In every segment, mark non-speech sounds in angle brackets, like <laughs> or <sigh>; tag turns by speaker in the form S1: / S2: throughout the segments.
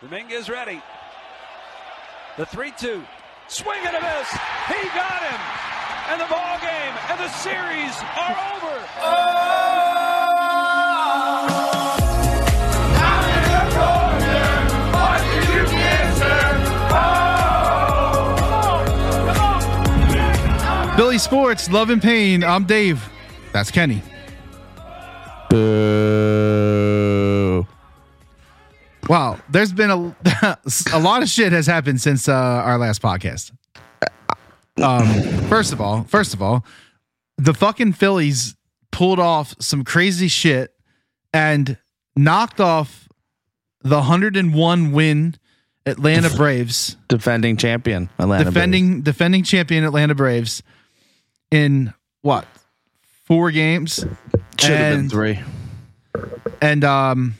S1: Dominguez ready. The 3 2. Swing and a miss. He got him. And the ball game and the series are over.
S2: Philly Sports, Love and Pain. I'm Dave. That's Kenny.
S3: Boo.
S2: Wow, there's been a <laughs> a lot of shit has happened since uh, our last podcast. Um, first of all, first of all, the fucking Phillies pulled off some crazy shit and knocked off the 101 win Atlanta Braves.
S3: Defending champion, Atlanta. Braves.
S2: defending defending champion Atlanta Braves in what four games
S3: should have been
S2: and-
S3: three.
S2: and um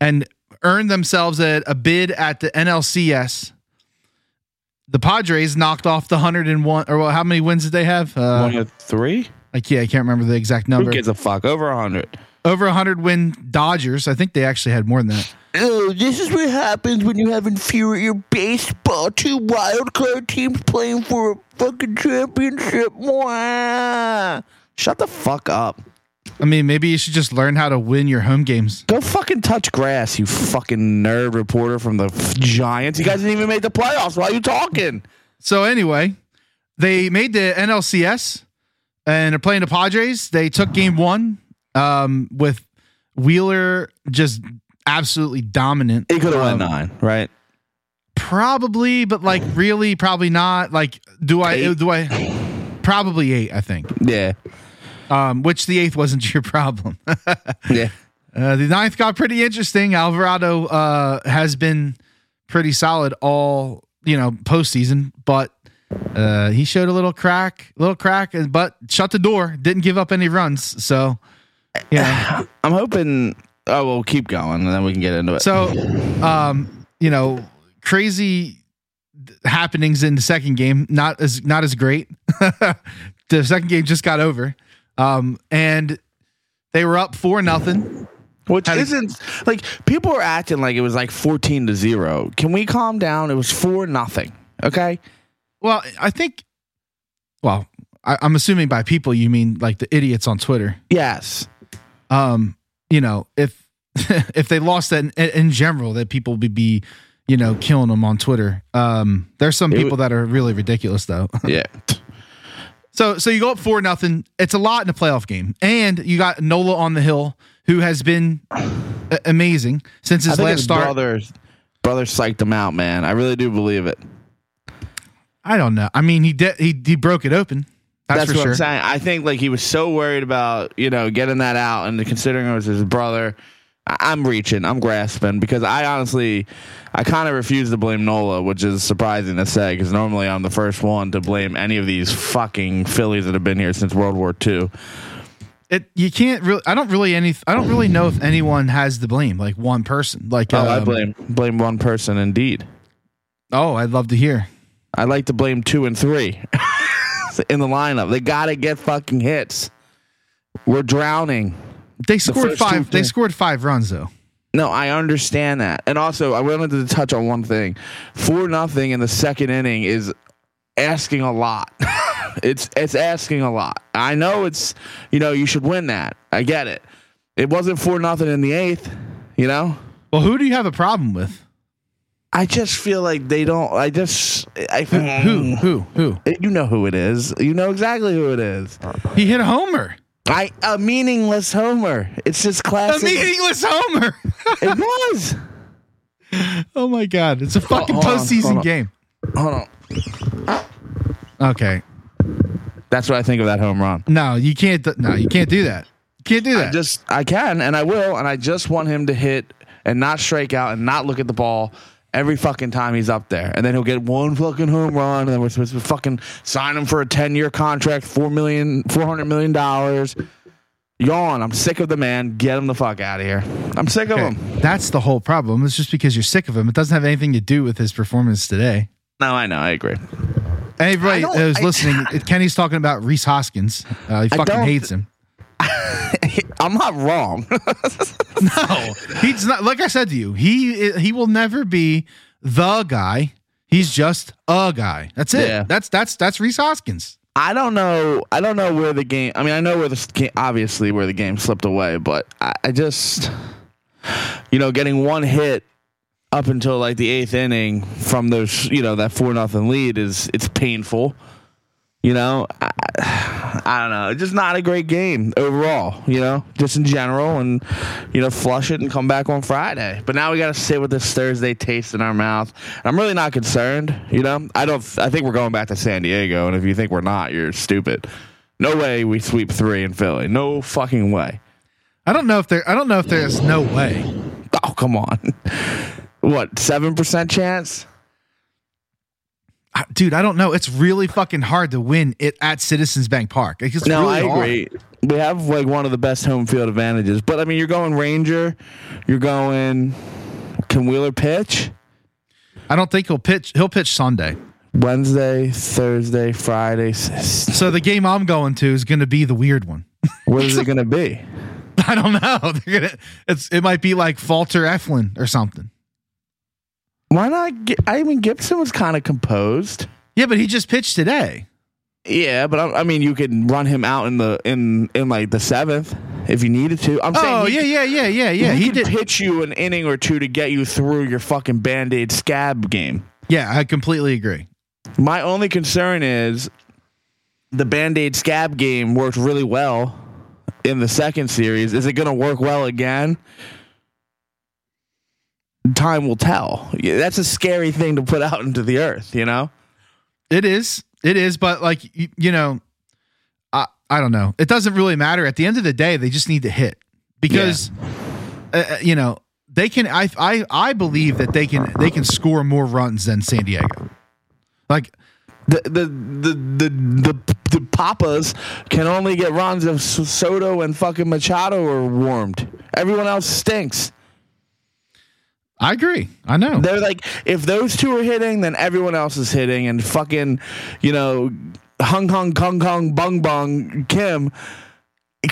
S2: and earned themselves a, a bid at the NLCS. The Padres knocked off the 101 or well, how many wins did they have?
S3: One
S2: Uh,
S3: of three.
S2: like yeah, I can't remember the exact
S3: Who
S2: number.
S3: gives a fuck? Over a hundred.
S2: Over 100 win Dodgers. I think they actually had more than that.
S4: Oh, this is what happens when you have inferior baseball. Two wild card teams playing for a fucking championship. Mwah.
S3: Shut the fuck up.
S2: I mean, maybe you should just learn how to win your home games.
S3: Go fucking touch grass, you fucking nerd reporter from the f- Giants. You guys didn't even make the playoffs. Why are you talking?
S2: So anyway, they made the NLCS and are playing the Padres. They took game one um, with Wheeler just absolutely dominant.
S3: He could have won
S2: Um,
S3: nine, right?
S2: Probably, but like really, probably not. Like, do I?
S3: Eight.
S2: Do I? Probably eight, I think.
S3: Yeah,
S2: Um, which the eighth wasn't <laughs> your problem.
S3: yeah.
S2: Uh, the ninth got pretty interesting. Alvarado uh, has been pretty solid all you know postseason, but uh, he showed a little crack, little crack, and- but shut the door. Didn't give up any runs. So yeah,
S3: I'm hoping. Oh, we'll keep going, and then we can get into it.
S2: so um, you know, crazy happenings in the second game. Not as not as great. <laughs> the second game just got over, um, and they were up four nothing.
S3: Which
S2: How do-
S3: isn't like people are acting like it was like fourteen to zero. Can we calm down? It was four nothing. Okay.
S2: Well, I think. Well, I, I'm assuming by people you mean like the idiots on Twitter.
S3: Yes.
S2: Um, you know, if <laughs> if they lost that in, in general, that people would be, you know, killing them on Twitter. Um, there's some
S3: It
S2: people
S3: would-
S2: that are really ridiculous though. <laughs>
S3: Yeah. <laughs>
S2: so so you go up four nothing. It's a lot in a playoff game, and you got Nola on the hill, who has been a- amazing since
S3: I
S2: his
S3: think
S2: last
S3: his
S2: start.
S3: brother brother psyched him out, man. I really do believe it.
S2: I don't know. I mean, he did he he broke it open. That's,
S3: That's,
S2: for
S3: what
S2: sure.
S3: I'm saying. I think like he was so worried about you know getting that out, and considering it was his brother, I- I'm reaching, I'm grasping because I honestly, I kind of refuse to blame Nola, which is surprising to say because normally I'm the first one to blame any of these fucking Phillies that have been here since World War II.
S2: it you can't really i don't really any i don't really know if anyone has the blame like one person like
S3: oh, I
S2: um,
S3: blame blame one person indeed.
S2: oh i'd love to hear
S3: I like to blame two and three <laughs> in the lineup. They gotta get fucking hits. We're drowning.
S2: they scored
S3: first
S2: five
S3: two-
S2: they scored five runs though
S3: No, I understand that. And also, I wanted to touch on one thing. Four nothing in the second inning is asking a lot. <laughs> it's it's asking a lot. I know it's you know you should win that. I get it. It wasn't four nothing in the eighth. You know,
S2: well who do you have a problem with
S3: I just feel like they don't. I just I Um, Mm.
S2: who who who
S3: you know who it is. You know exactly who it is.
S2: he hit a homer
S3: I a meaningless homer. It's just
S2: a
S3: classic.
S2: meaningless homer <laughs>
S3: it was.
S2: oh my god it's a fucking
S3: hold on,
S2: postseason
S3: hold on.
S2: game
S3: Hold on.
S2: okay
S3: That's what I think of that home run.
S2: no you can't th- no you can't do that you can't do that
S3: Just I can and I will and I just want him to hit and not strike out and not look at the ball every fucking time he's up there. And then he'll get one fucking home run and then we're supposed to fucking sign him for a 10-year contract, 4 million 400 million dollars. Yawn. I'm sick of the man. Get him the fuck out of here. I'm sick of
S2: Okay,
S3: him.
S2: that's the whole problem it's just because you're sick of him it doesn't have anything to do with his performance today
S3: No, I know. I agree.
S2: Everybody
S3: I don't-
S2: who's
S3: I- <laughs>
S2: listening, Kenny's talking about Reese Hoskins. Uh, he fucking
S3: <laughs> don't-
S2: hates him.
S3: I'm not wrong.
S2: No, he's not. Like I said to you, he uh, he will never be the guy. He's just a guy. That's it.
S3: Yeah.
S2: That's that's that's Reese Hoskins.
S3: I don't know. I don't know where the game. I mean, I know where the game, obviously where the game slipped away, but I, I just, you know, getting one hit up until like the eighth inning from those, you know, that four nothing lead is it's painful. You know, I, I don't know. It's just not a great game overall. You know, just in general, and you know, flush it and come back on Friday. But now we got to sit with this Thursday taste in our mouth. And I'm really not concerned. You know, I don't. I think we're going back to San Diego, and if you think we're not, you're stupid. No way we sweep three in Philly. No fucking way.
S2: I don't know if there. I don't know if there's no way.
S3: Oh come on. <laughs> What seven percent chance?
S2: I- Dude, I don't know. It's really fucking hard to win it at Citizens Bank Park. It's
S3: No,
S2: really
S3: I
S2: hard.
S3: agree. We have like one of the best home field advantages. But I mean, you're going Ranger, you're going. Can Wheeler pitch
S2: I don't think he'll pitch. He'll pitch Sunday.
S3: Wednesday, Thursday, Friday? s- s-
S2: So the game I'm going to is going to be the weird one. <laughs>
S3: What is it going to be?
S2: I don't know. <laughs> They're gonna. It's. It might be like Falter Eflin or something.
S3: Why not? Gi- I mean, Gibson was kind of composed.
S2: Yeah, but he just pitched today.
S3: Yeah, but I, I mean, you could run him out in the in in like the seventh if you needed to. I'm saying,
S2: Oh
S3: he
S2: yeah, yeah, yeah, yeah, yeah.
S3: he,
S2: He
S3: could
S2: did.
S3: pitch you an inning or two to get you through your fucking band aid scab game.
S2: Yeah, I completely agree.
S3: My only concern is the Band Aid scab game worked really well in the second series. Is it going to work well again? Time will tell. Yeah, That's a scary thing to put out into the earth, you know?
S2: It is. It is. But like you, you know, I I don't know. It doesn't really matter. At the end of the day, they just need to hit because, uh, uh, you know, they can. I I I believe that they can. They can score more runs than San Diego. Like
S3: The the the the the, the papas can only get runs if S- Soto and fucking Machado are warmed. Everyone else stinks.
S2: I agree. I know.
S3: They're like, if those two are hitting, then everyone else is hitting, and fucking, you know, Hung Hung Kong Kong Bung Bung Kim.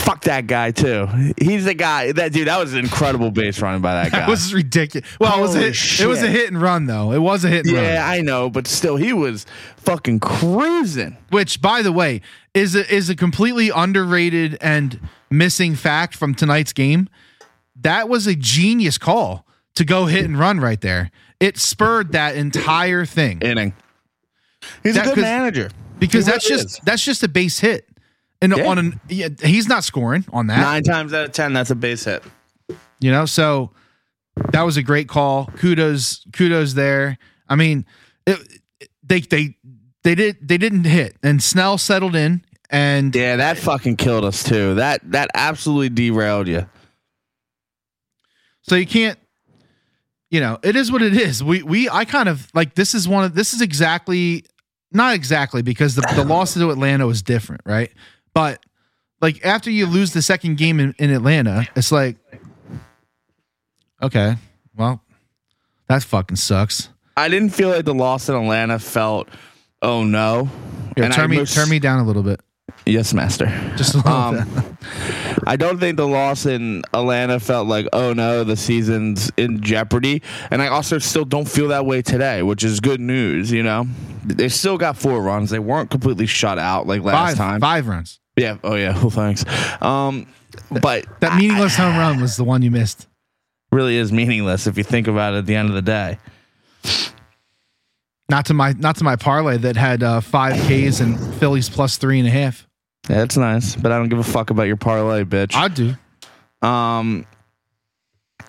S3: Fuck that guy too. He's the guy that dude. That was an incredible base running by that guy.
S2: It was ridiculous. Well, it was a
S3: Holy
S2: hit, it was a
S3: shit.
S2: hit and run though. It was a hit and run.
S3: yeah, I know, but still, he was fucking cruising.
S2: which by the way is a, is a completely underrated and missing fact from tonight's game that was a genius call to go hit and run right there it spurred that entire thing
S3: Inning. He's
S2: That-
S3: a good
S2: 'cause-
S3: manager.
S2: because
S3: He
S2: that's
S3: really
S2: just
S3: is.
S2: that's just a base hit and
S3: Yeah.
S2: on an yeah, he's not scoring on that
S3: nine times out of ten. That's a base hit.
S2: you know so that was a great call kudos kudos there i mean it, it- they they they did they didn't hit and snell settled in and
S3: Yeah, that fucking killed us too. That that absolutely derailed you.
S2: So you can't, you know, it is what it is. We we I kind of like this is one of this is exactly not exactly because the, the loss to Atlanta was different, right? But like after you lose the second game in, in Atlanta, it's like okay, well, that fucking sucks.
S3: I didn't feel like the loss in Atlanta felt. Oh no!
S2: Here,
S3: And I
S2: turn me
S3: most-
S2: turn me down a little bit.
S3: Yes, master.
S2: Just a little bit.
S3: Um, I don't think the loss in Atlanta felt like, oh no, the season's in jeopardy. And I also still don't feel that way today, which is good news, you know? They still got four runs. They weren't completely shut out like last
S2: Five,
S3: time.
S2: five runs.
S3: Yeah. Oh, yeah. <laughs> Well, thanks. Um, but
S2: That meaningless home run was the one you missed.
S3: really is meaningless if you think about it at the end of the day.
S2: Not to my not to my parlay that had uh, five Ks and Phillies plus three and a half.
S3: Yeah, that's nice, but I don't give a fuck about your parlay, bitch.
S2: I do.
S3: Um,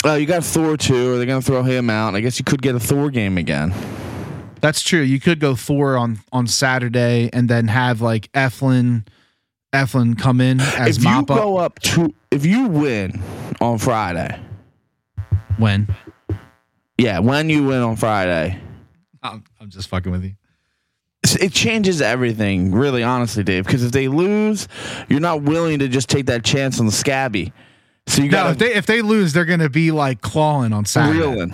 S3: oh, you got Thor too. Are they going to throw him out? I guess you could get a Thor game again.
S2: That's true. You could go Thor on on Saturday and then have like Eflin Eflin come in as
S3: if you
S2: mop up
S3: go up to if you win on Friday,
S2: when.
S3: yeah, when you win on Friday,
S2: I'm, I'm just fucking with you.
S3: s- it changes everything. Really, honestly, Dave, because if they lose, you're not willing to just take that chance on the scabby. So you
S2: No, if
S3: got
S2: they if they lose, they're gonna be like clawing on
S3: to
S2: Saturday.
S3: reel
S2: <laughs>
S3: in.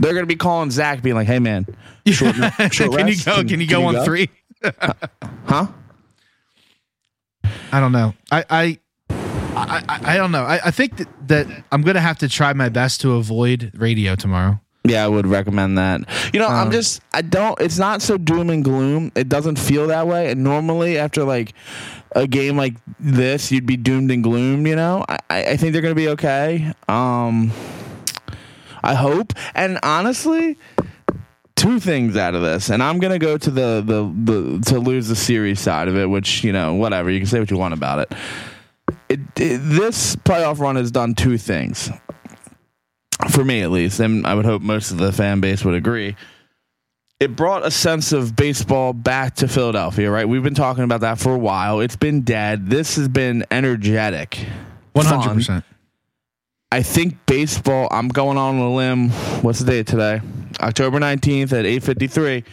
S3: They're gonna be calling Zach, being like, "Hey, man, short, short
S2: can you
S3: rest?
S2: go? Can, you go on three?
S3: Huh?
S2: I don't know. I I I, I, I don't know. I, I think that, that I'm gonna have to try my best to avoid radio tomorrow.
S3: Yeah, I would recommend that. You know, I'm just I don't it's not so doom and gloom. It doesn't feel that way. And normally after like a game like this, you'd be doomed and gloom, you know? I, I I think they're gonna be okay. Um I hope. And honestly, two things out of this. And I'm gonna go to the the, the to lose the series side of it, which, you know, whatever. You can say what you want about it. It, it this playoff run has done two things for me at least, and I would hope most of the fan base would agree. It brought a sense of baseball back to Philadelphia, right? We've been talking about that for a while. It's been dead. This has been energetic.
S2: One hundred percent.
S3: I think baseball. I'm going on a limb. What's the date today? October 19th at 8:53,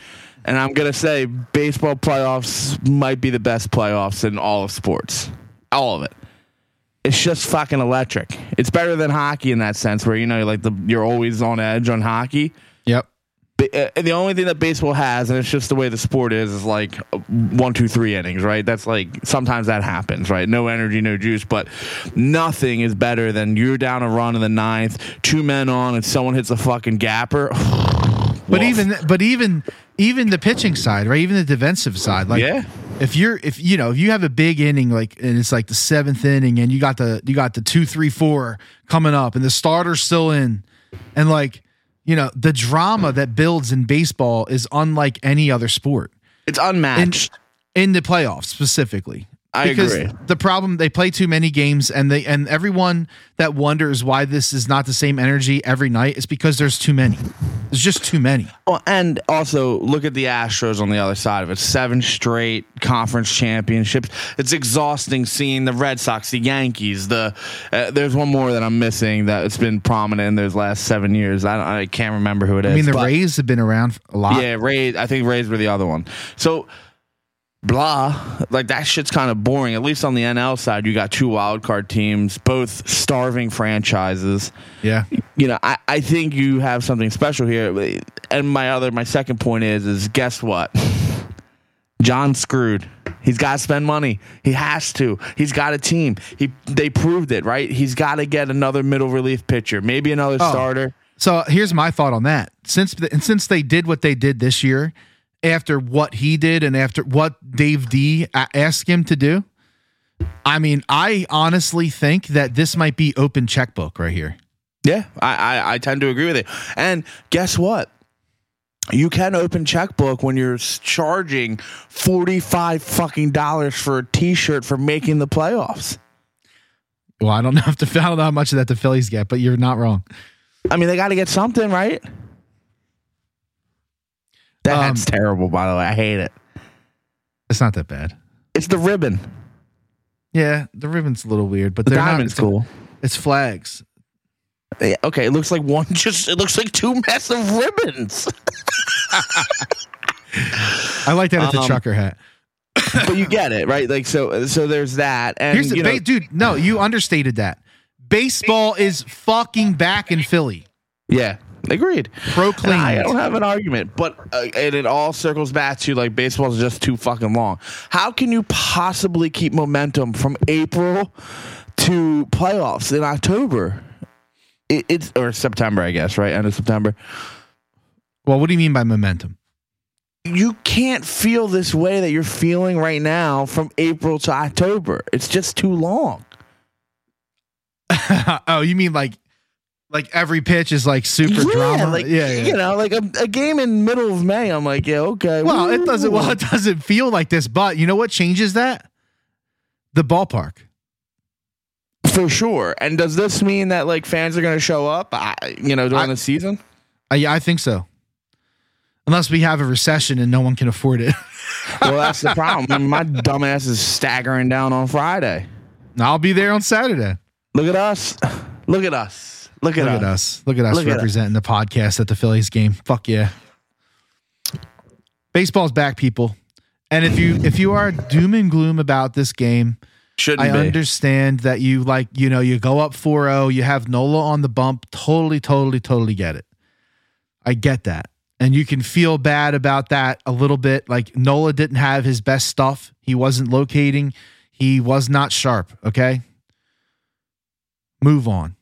S3: and I'm gonna say baseball playoffs might be the best playoffs in all of sports, all of it. It's just fucking electric. It's better than hockey in that sense, where you know, like the you're always on edge on hockey.
S2: Yep.
S3: Ba- uh, the only thing that baseball has, and it's just the way the sport is, is like uh, one, two, three innings, right? That's like sometimes that happens, right? No energy, no juice, but nothing is better than you're down a run in the ninth, two men on, and someone hits a fucking gapper. <sighs>
S2: But
S3: Woof.
S2: even but even even the pitching side, right? Even the defensive side, like
S3: Yeah.
S2: if you're if you know if you have a big inning, like and it's like the seventh inning, and you got the you got the two three four coming up, and the starter's still in, and like you know the drama that builds in baseball is unlike any other sport
S3: it's unmatched.
S2: in the playoffs specifically.
S3: I
S2: because
S3: agree.
S2: the problem they play too many games and they and everyone that wonders why this is not the same energy every night is because there's too many. There's just too many.
S3: Well, oh, and also look at the Astros on the other side of it. Seven straight conference championships. It's exhausting seeing the Red Sox, the Yankees. The uh, there's one more that I'm missing that it's been prominent in those last seven years. I, don't, I can't remember who it is.
S2: I mean, the
S3: but-
S2: Rays have been around a lot.
S3: yeah, Rays. I think Rays were the other one. So blah, like that shit's kind of boring. At least on the NL side, you got two wild card teams, both starving franchises
S2: yeah.
S3: you know, I, I think you have something special here. And my other, my second point is, is guess what? John screwed. He's got to spend money. He has to. He's got a team. He they proved it, right? He's got to get another middle relief pitcher, maybe another starter.
S2: So here's my thought on that. Since the, and since they did what they did this year, after what he did and after what Dave D a- asked him to do, I mean, I honestly think that this might be open checkbook right here.
S3: Yeah, I, I I tend to agree with it. And guess what? You can open checkbook when you're s- charging forty five fucking dollars for a t shirt for making the playoffs.
S2: Well, I don't <laughs> know if the, I don't know how much of that the Phillies get, but you're not wrong.
S3: I mean, they got to get something, right? That
S2: Um,
S3: hat's terrible, by the way. I hate it.
S2: It's not that bad.
S3: It's the ribbon.
S2: Yeah, the ribbon's a little weird, but
S3: The
S2: they're not-
S3: diamond's
S2: it's-
S3: cool.
S2: It's flags.
S3: Yeah, okay, it looks like one. <laughs> Just it looks like two <laughs> massive ribbons.
S2: I like that it's
S3: Um,
S2: a trucker hat.
S3: but you get it, right? Like so. So there's that. And
S2: Here's the
S3: you know,
S2: ba- dude. No, you understated that. Baseball is fucking back in Philly.
S3: yeah, agreed.
S2: Proclaimed.
S3: I don't have an argument, but uh, and it all circles back to like baseball's just too fucking long. How can you possibly keep momentum from April to playoffs in October? It, it's or September, I guess, right? End of September.
S2: Well, what do you mean by momentum? <laughs>
S3: You can't feel this way that you're feeling right now from April to October. It's just too long.
S2: oh, you mean like like every pitch is like super drama?
S3: like
S2: yeah, yeah.
S3: you know, like a, a game in middle of May. I'm like, yeah, okay.
S2: Well, it doesn't
S3: woo.
S2: well, it doesn't feel like this, but you know what changes that? The ballpark.
S3: for sure. And does this mean that like fans are going to show up? I, you know, during
S2: I-
S3: the season.
S2: I, Uh, yeah, I think so. Unless we have a recession and no one can afford it. <laughs>
S3: well, that's the problem. I mean, my dumb ass is staggering down on Friday.
S2: I'll be there on Saturday.
S3: Look at us. Look at us. Look at
S2: Look
S3: us.
S2: at us. Look at us
S3: Look at us.
S2: representing the podcast at the Phillies game. Fuck yeah. Baseball's back, people. And if you if you are doom and gloom about this game,
S3: Shouldn't
S2: I
S3: be.
S2: understand that you like, you know, you go up 4-0, you have Nola on the bump. Totally, totally, totally get it. I get that. And you can feel bad about that a little bit. Like Nola didn't have his best stuff. He wasn't locating. He was not sharp. Okay. Move on.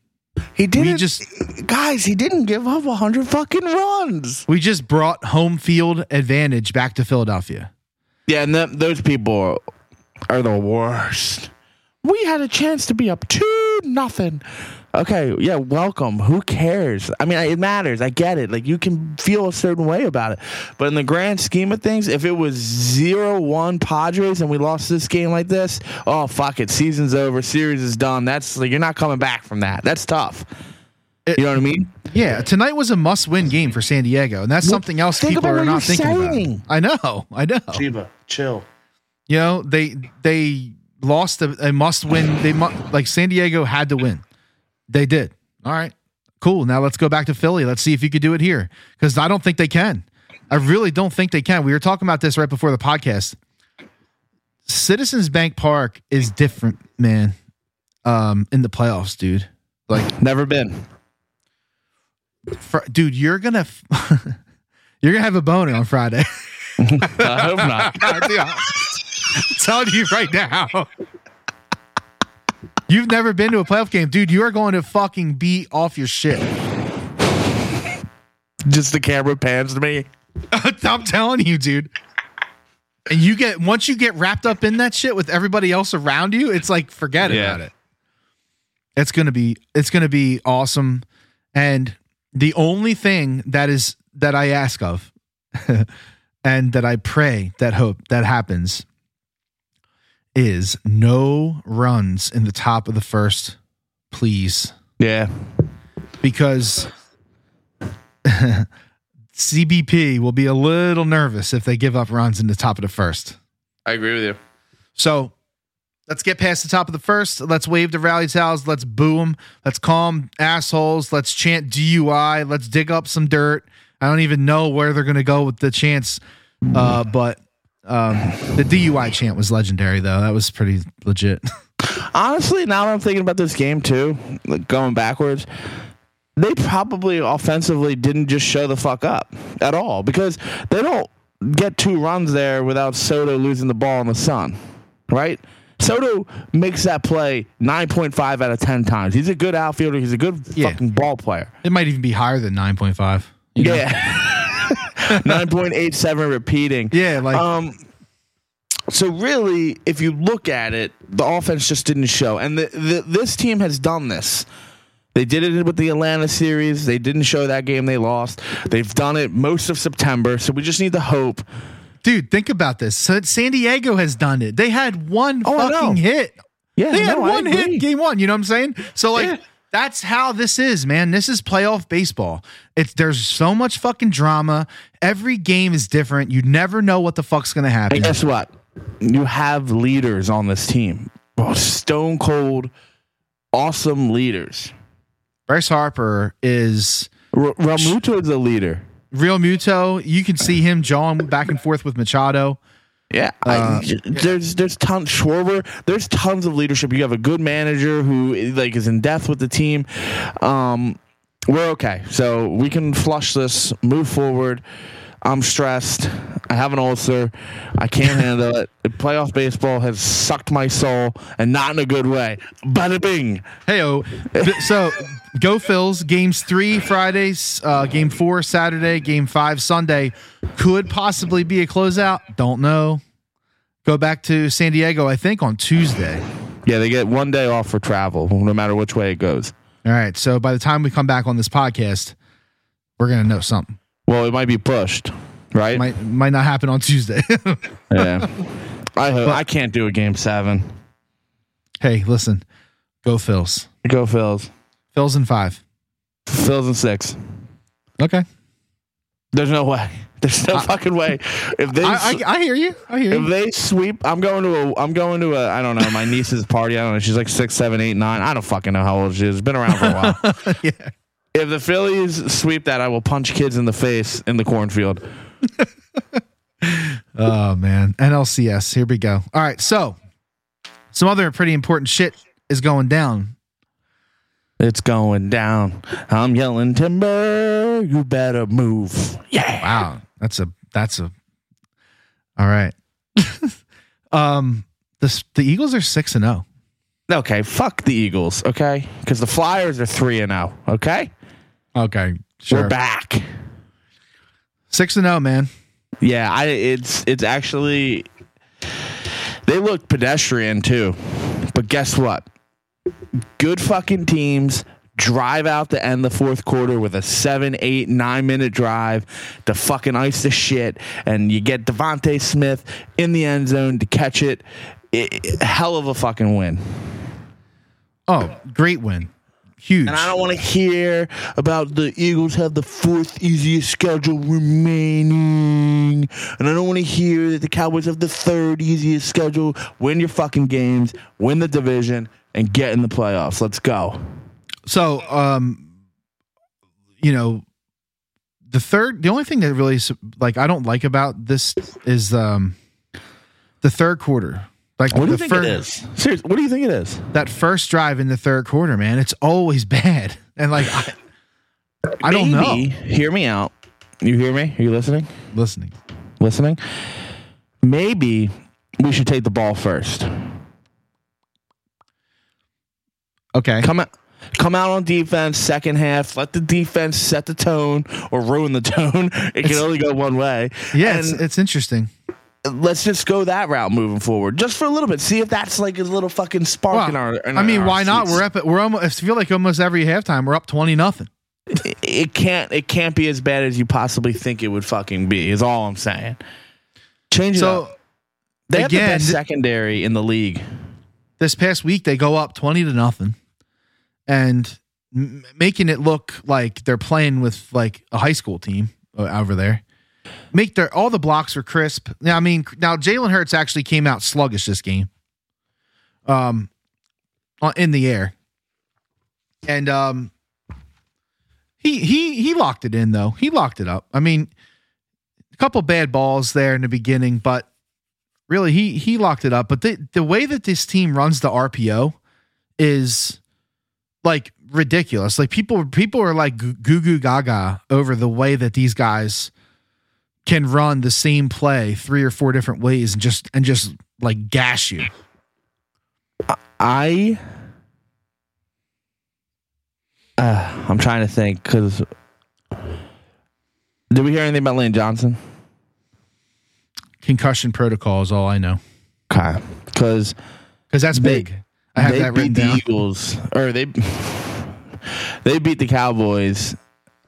S3: He didn't.
S2: just-
S3: guys, he didn't give up hundred fucking runs.
S2: We just brought home field advantage back to Philadelphia.
S3: Yeah, and them those people are, are the worst. We had a chance to be up two nothing. Okay, yeah, welcome. Who cares? I mean, it matters. I get it. Like you can feel a certain way about it, but in the grand scheme of things, if it was zero one Padres and we lost this game like this, oh fuck it, season's over, series is done. That's like you're not coming back from that. That's tough. you know what I mean?
S2: Yeah, tonight was a must-win game for San Diego, and that's something else
S3: think
S2: people
S3: about
S2: are
S3: what
S2: not
S3: you're
S2: thinking
S3: saying.
S2: about. I know, I know.
S3: Chiba, chill.
S2: You know, they they lost a, a must win. They mu- like San Diego had to win. They did. All right, cool. Now let's go back to Philly. Let's see if you could do it here because I don't think they can. I really don't think they can. We were talking about this right before the podcast. Citizens Bank Park is different, man. Um, in the playoffs, dude. Like
S3: Never been.
S2: fr- dude, you're gonna f- <laughs> you're gonna have a boner on Friday. <laughs>
S3: I hope not.
S2: I'm telling you right now. You've never been to a playoff game, dude. You are going to fucking be off your shit.
S3: <laughs> Just the camera pans to me.
S2: <laughs> I'm telling you, dude. And you get once you get wrapped up in that shit with everybody else around you, it's like forget
S3: Yeah.
S2: about it. It's gonna be it's gonna be awesome. And the only thing that is that I ask of <laughs> and that I pray that hope that happens is no runs in the top of the first, please.
S3: Yeah.
S2: Because <laughs> CBP will be a little nervous if they give up runs in the top of the first.
S3: I agree with you.
S2: So let's get past the top of the first. Let's wave the rally towels. Let's boo them. Let's call them assholes. Let's chant DUI. Let's dig up some dirt. I don't even know where they're going to go with the chants, uh, but um, the DUI chant was legendary, though. That was pretty legit. <laughs>
S3: Honestly, now that I'm thinking about this game too, like going backwards, they probably offensively didn't just show the fuck up at all because they don't get two runs there without Soto losing the ball in the sun, right? Soto makes that play 9.5 out of 10 times. He's a good outfielder. He's a good
S2: Yeah.
S3: fucking ball player.
S2: it might even be higher than 9.5. you know?
S3: Yeah. <laughs> 9.87 repeating.
S2: Yeah. Like,
S3: Um, so really, if you look at it, the offense just didn't show, and the, the, this team has done this. They did it with the Atlanta series. They didn't show that game they lost. They've done it most of September, so we just need to hope.
S2: dude, think about this. So San Diego has done it. They had one
S3: Oh, I know.
S2: fucking hit
S3: Yeah,
S2: They had
S3: no, I
S2: one
S3: agree.
S2: hit game one. You know what I'm saying? So like
S3: Yeah.
S2: that's how this is, man. This is playoff baseball. It's there's so much fucking drama. Every game is different. You never know what the fuck's gonna happen.
S3: And guess what? You have leaders on this team. Oh, Stone cold, awesome leaders.
S2: Bryce Harper is
S3: R- Ramuto is a leader.
S2: real Muto. You can see him jawing back and forth with Machado.
S3: Yeah, I- j- there's there's tons Schwarber. There's tons of leadership. You have a good manager who like is in depth with the team. Um, we're okay, so we can flush this, move forward. I'm stressed. I have an ulcer. I can't handle it. <laughs> Playoff baseball has sucked my soul, and not in a good way. Bada bing.
S2: Hey, oh, so go Phils. Games three Fridays, uh, game four Saturday, game five Sunday could possibly be a closeout. Don't know. Go back to San Diego, I think, on Tuesday.
S3: Yeah, they get one day off for travel, no matter which way it goes.
S2: All right. So by the time we come back on this podcast, we're gonna know something.
S3: Well, it might be pushed, right?
S2: Might might not happen on Tuesday. <laughs>
S3: Yeah. I hope I can't do a game seven.
S2: hey, listen, go Phils.
S3: Go, Phils.
S2: Phils in five.
S3: Phil's in six.
S2: Okay.
S3: There's no way. <laughs> There's no fucking way. If they
S2: I, I, I hear you. I hear
S3: if
S2: you.
S3: they sweep, I'm going to a I'm going to a I don't know my niece's party. I don't know. She's like six, seven, eight, nine. I don't fucking know how old she is. Been around for a while.
S2: <laughs> Yeah.
S3: if the Phillies sweep that, I will punch kids in the face in the cornfield.
S2: Oh man. NLCS. Here we go. All right. So some other pretty important shit is going down.
S3: It's going down. I'm yelling timber. You better move. Yeah.
S2: Wow. That's a that's a <laughs> all right. um the the Eagles are six and oh.
S3: Okay, fuck the Eagles. Okay, because the Flyers are three and zero. Okay,
S2: Okay, sure.
S3: we're back.
S2: Six and zero, man.
S3: Yeah, I it's it's actually they look pedestrian too. But guess what? Good fucking teams drive out to end the fourth quarter with a seven, eight, nine minute drive to fucking ice the shit, and you get Devonte Smith in the end zone to catch it. It- it- hell of a fucking win.
S2: Oh, great win, huge.
S3: And I don't want to hear about the Eagles have the fourth easiest schedule remaining. And I don't want to hear that the Cowboys have the third easiest schedule. Win your fucking games, win the division, and get in the playoffs. Let's go.
S2: So, um, you know, the third, the only thing that really su- like I don't like about this is um, the third quarter. Like the fir-
S3: Seriously, what do you think it is?
S2: That first drive in the third quarter, man, it's always <laughs> bad. And like, I, I don't
S3: Maybe-
S2: know.
S3: Hear me out. You hear me? Are you listening?
S2: Listening,
S3: Listening? Maybe we should take the ball first.
S2: okay.
S3: Come out, come out on defense, second half. Let the defense set the tone or ruin the <laughs> tone. It can
S2: It's-
S3: only go one way.
S2: Yeah, it's,
S3: and
S2: it's interesting.
S3: let's just go that route moving forward, just for a little bit. See if that's like a little fucking spark in
S2: Well,
S3: our. in
S2: I mean,
S3: our
S2: why not?
S3: seats.
S2: We're up. At, we're almost. I feel like almost every halftime we're up twenty nothing.
S3: It- It can't. It can't be as bad as you possibly think it would fucking be. Is all I'm saying. Change it
S2: So
S3: up. They have the
S2: again,
S3: best
S2: th-
S3: secondary in the league.
S2: this past week they go up 20 to nothing and m- making it look like they're playing with like a high school team o- over there make their all the blocks are crisp now i mean now jalen hurts actually came out sluggish this game um on- in the air and um he he he locked it in though he locked it up i mean a couple bad balls there in the beginning but really he he locked it up but the the way that this team runs the RPO is like ridiculous like people people are like goo goo goo gaga over the way that these guys can run the same play three or four different ways and just and just like gash you
S3: I. Uh, I'm trying to think because. Did we hear anything about Lane Johnson?
S2: concussion protocol is all I know
S3: Okay, because
S2: cuz that's
S3: They-
S2: big I have
S3: they
S2: that written
S3: beat
S2: down
S3: the Eagles or they they beat the Cowboys.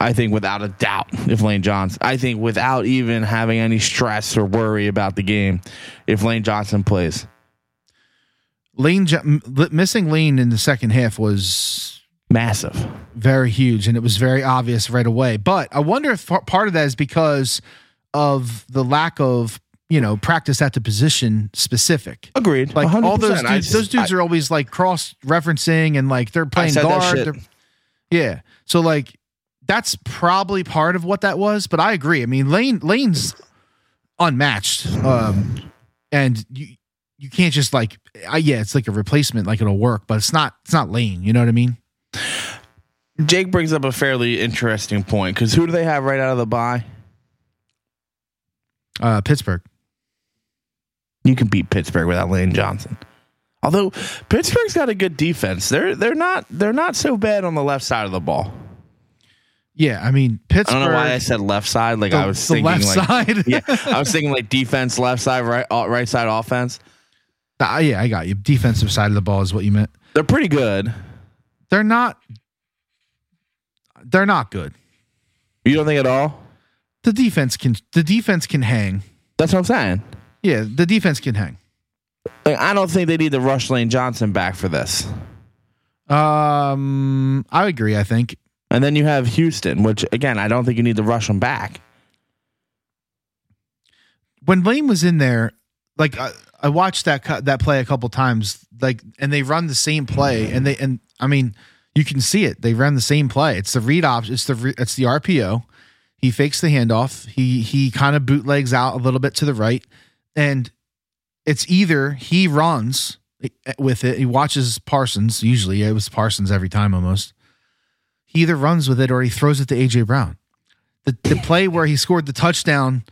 S3: I think without a doubt, if Lane Johnson, I think without even having any stress or worry about the game, if Lane Johnson plays,
S2: Lane Jo- m- li- missing Lane in the second half was
S3: massive.
S2: very huge and it was very obvious right away but i wonder if par- part of that is because of the lack of you know practice at the position specific
S3: Agreed.
S2: like all those
S3: 100%. I
S2: dudes those dudes are always like cross referencing and like they're playing
S3: said that
S2: guard
S3: shit.
S2: They're- yeah so like that's probably part of what that was but i agree i mean lane lane's unmatched um and you you can't just like I, yeah it's like a replacement like it'll work but it's not it's not lane you know what i mean
S3: Jake brings up a fairly interesting point because who do they have right out of the bye?
S2: uh pittsburgh
S3: You can beat Pittsburgh without Lane Johnson. Although Pittsburgh's got a good defense, they're they're not they're not so bad on the left side of the ball.
S2: Yeah, I mean
S3: I
S2: Pittsburgh.
S3: don't know why I said left side. Like
S2: the,
S3: I was
S2: the
S3: thinking
S2: left
S3: like <laughs>
S2: side.
S3: yeah, I was thinking like defense, left side, right, uh, right side offense.
S2: <laughs> Ah, yeah, I got you. Defensive side of the ball is what you meant.
S3: They're pretty good.
S2: They're not. They're not good.
S3: You don't think at all?
S2: The defense can. The defense can hang.
S3: That's what I'm saying.
S2: Yeah, the defense can hang.
S3: Like, I don't think they need to rush Lane Johnson back for this.
S2: Um, I agree. I think.
S3: And then you have Houston, which again, I don't think you need to rush them back.
S2: when Lane was in there, like I, I watched that cu- that play a couple times, like and they run the same play, and they and I mean you can see it. They run the same play. It's the read option. It's the re- it's the RPO. He fakes the handoff. He he kind of bootlegs out a little bit to the right, and it's either he runs with it. He watches Parsons. Usually it was Parsons every time almost. He either runs with it or he throws it to AJ Brown. The, the play where he scored the touchdown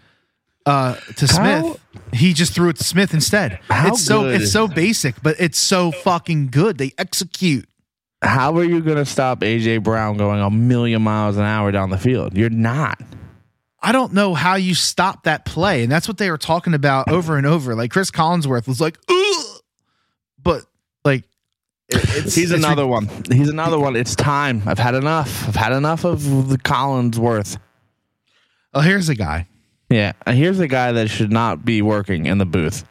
S2: uh, to Smith.
S3: How-
S2: he just threw it to Smith instead.
S3: How
S2: it's so
S3: good-
S2: it's so basic, but it's so fucking good. They execute.
S3: How are you going to stop AJ Brown going a million miles an hour down the field? You're not.
S2: I don't know how you stop that play, and that's what they were talking about over and over. Like Chris Collinsworth was like, Ugh! but like it-
S3: <laughs>
S2: it's
S3: He's
S2: it's
S3: another one. He's another one. It's time. I've had enough. I've had enough of the Collinsworth.
S2: Oh, here's a guy.
S3: Yeah, and here's a guy that should not be working in the booth.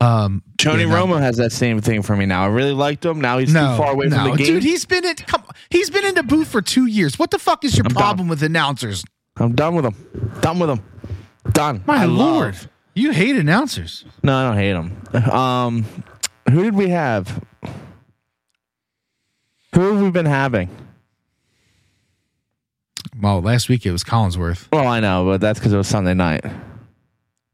S2: Um,
S3: Tony
S2: yeah, no.
S3: Romo has that same thing for me now. I really liked him. Now he's
S2: No,
S3: too far away
S2: no,
S3: from the game.
S2: dude, he's been in. Come, on. he's been in the booth for two years. What the fuck is your
S3: I'm
S2: problem with announcers?
S3: I'm done with him. Done with him. Done.
S2: My
S3: I
S2: lord,
S3: love-
S2: you hate announcers.
S3: No, I don't hate him. Um, who did we have? Who have we been having?
S2: Well, last week it was Collinsworth,
S3: Well, I know, but that's because it was Sunday night.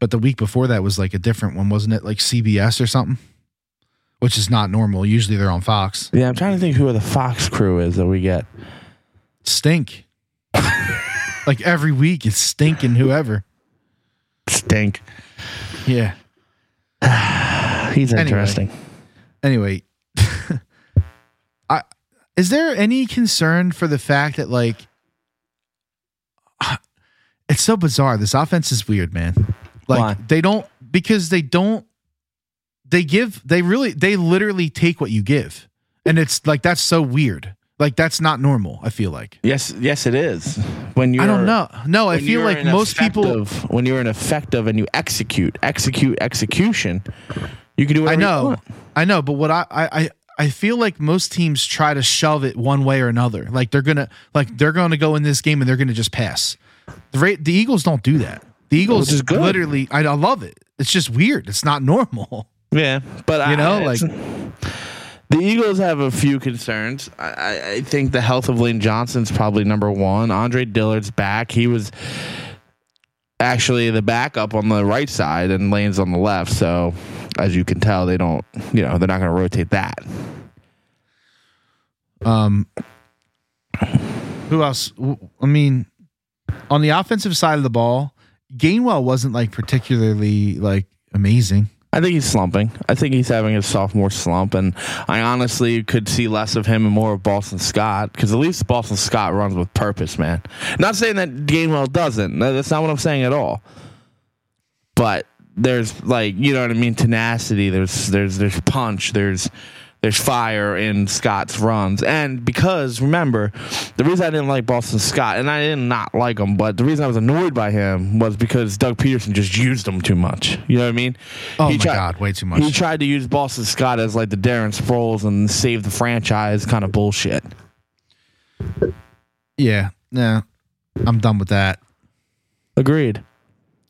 S2: but the week before that was like a different one, wasn't it? Like CBS or something, which is not normal. Usually they're on Fox.
S3: Yeah, I'm trying to think who the Fox crew is that we get.
S2: Stink. <laughs> like every week, it's stinking whoever.
S3: Stink.
S2: Yeah.
S3: He's
S2: Anyway.
S3: interesting.
S2: Anyway, <laughs> I is there any concern for the fact that like <sighs> it's so bizarre. This offense is weird, man. Like
S3: Why?
S2: they don't because they don't they give they really they literally take what you give. And it's like that's so weird. Like that's not normal, I feel like.
S3: Yes, yes, it is. When you,
S2: I don't know. No, I feel like most people
S3: when you're an effective and you execute, execute, execution, you can do.
S2: I
S3: Whatever You
S2: know,
S3: want.
S2: I know, but what I, I I I feel like most teams try to shove it one way or another. Like they're gonna like they're gonna go in this game and they're gonna just pass. The Ra- the Eagles don't do that. The Eagles
S3: is good.
S2: literally, I, I love it. It's just weird. It's not normal. <laughs>
S3: Yeah, but
S2: You know,
S3: I,
S2: like-
S3: the Eagles have a few concerns. I, I, I think the health of Lane Johnson's probably number one. Andre Dillard's back. He was actually the backup on the right side, and Lane's on the left. So, as you can tell, they don't. You know, they're not going to rotate that.
S2: Um, who else? W- I mean, on the offensive side of the ball, Gainwell wasn't like particularly like amazing.
S3: I think he's slumping. I think he's having his sophomore slump, and I honestly could see less of him and more of Boston Scott because at least Boston Scott runs with purpose, man. Not saying that Gainwell doesn't. No, that's not what I'm saying at all. But there's like you know what I mean. Tenacity. There's there's there's punch. There's there's fire in Scott's runs, and because remember, the reason I didn't like Boston Scott, and I did not like him, but the reason I was annoyed by him was because Doug Peterson just used him too much. You know what I mean?
S2: Oh
S3: He
S2: my
S3: tried-
S2: god, way too
S3: he
S2: much.
S3: tried to use Boston Scott as like the Darren Sproles and save the franchise kind of bullshit.
S2: yeah, nah, I'm done with that.
S3: Agreed.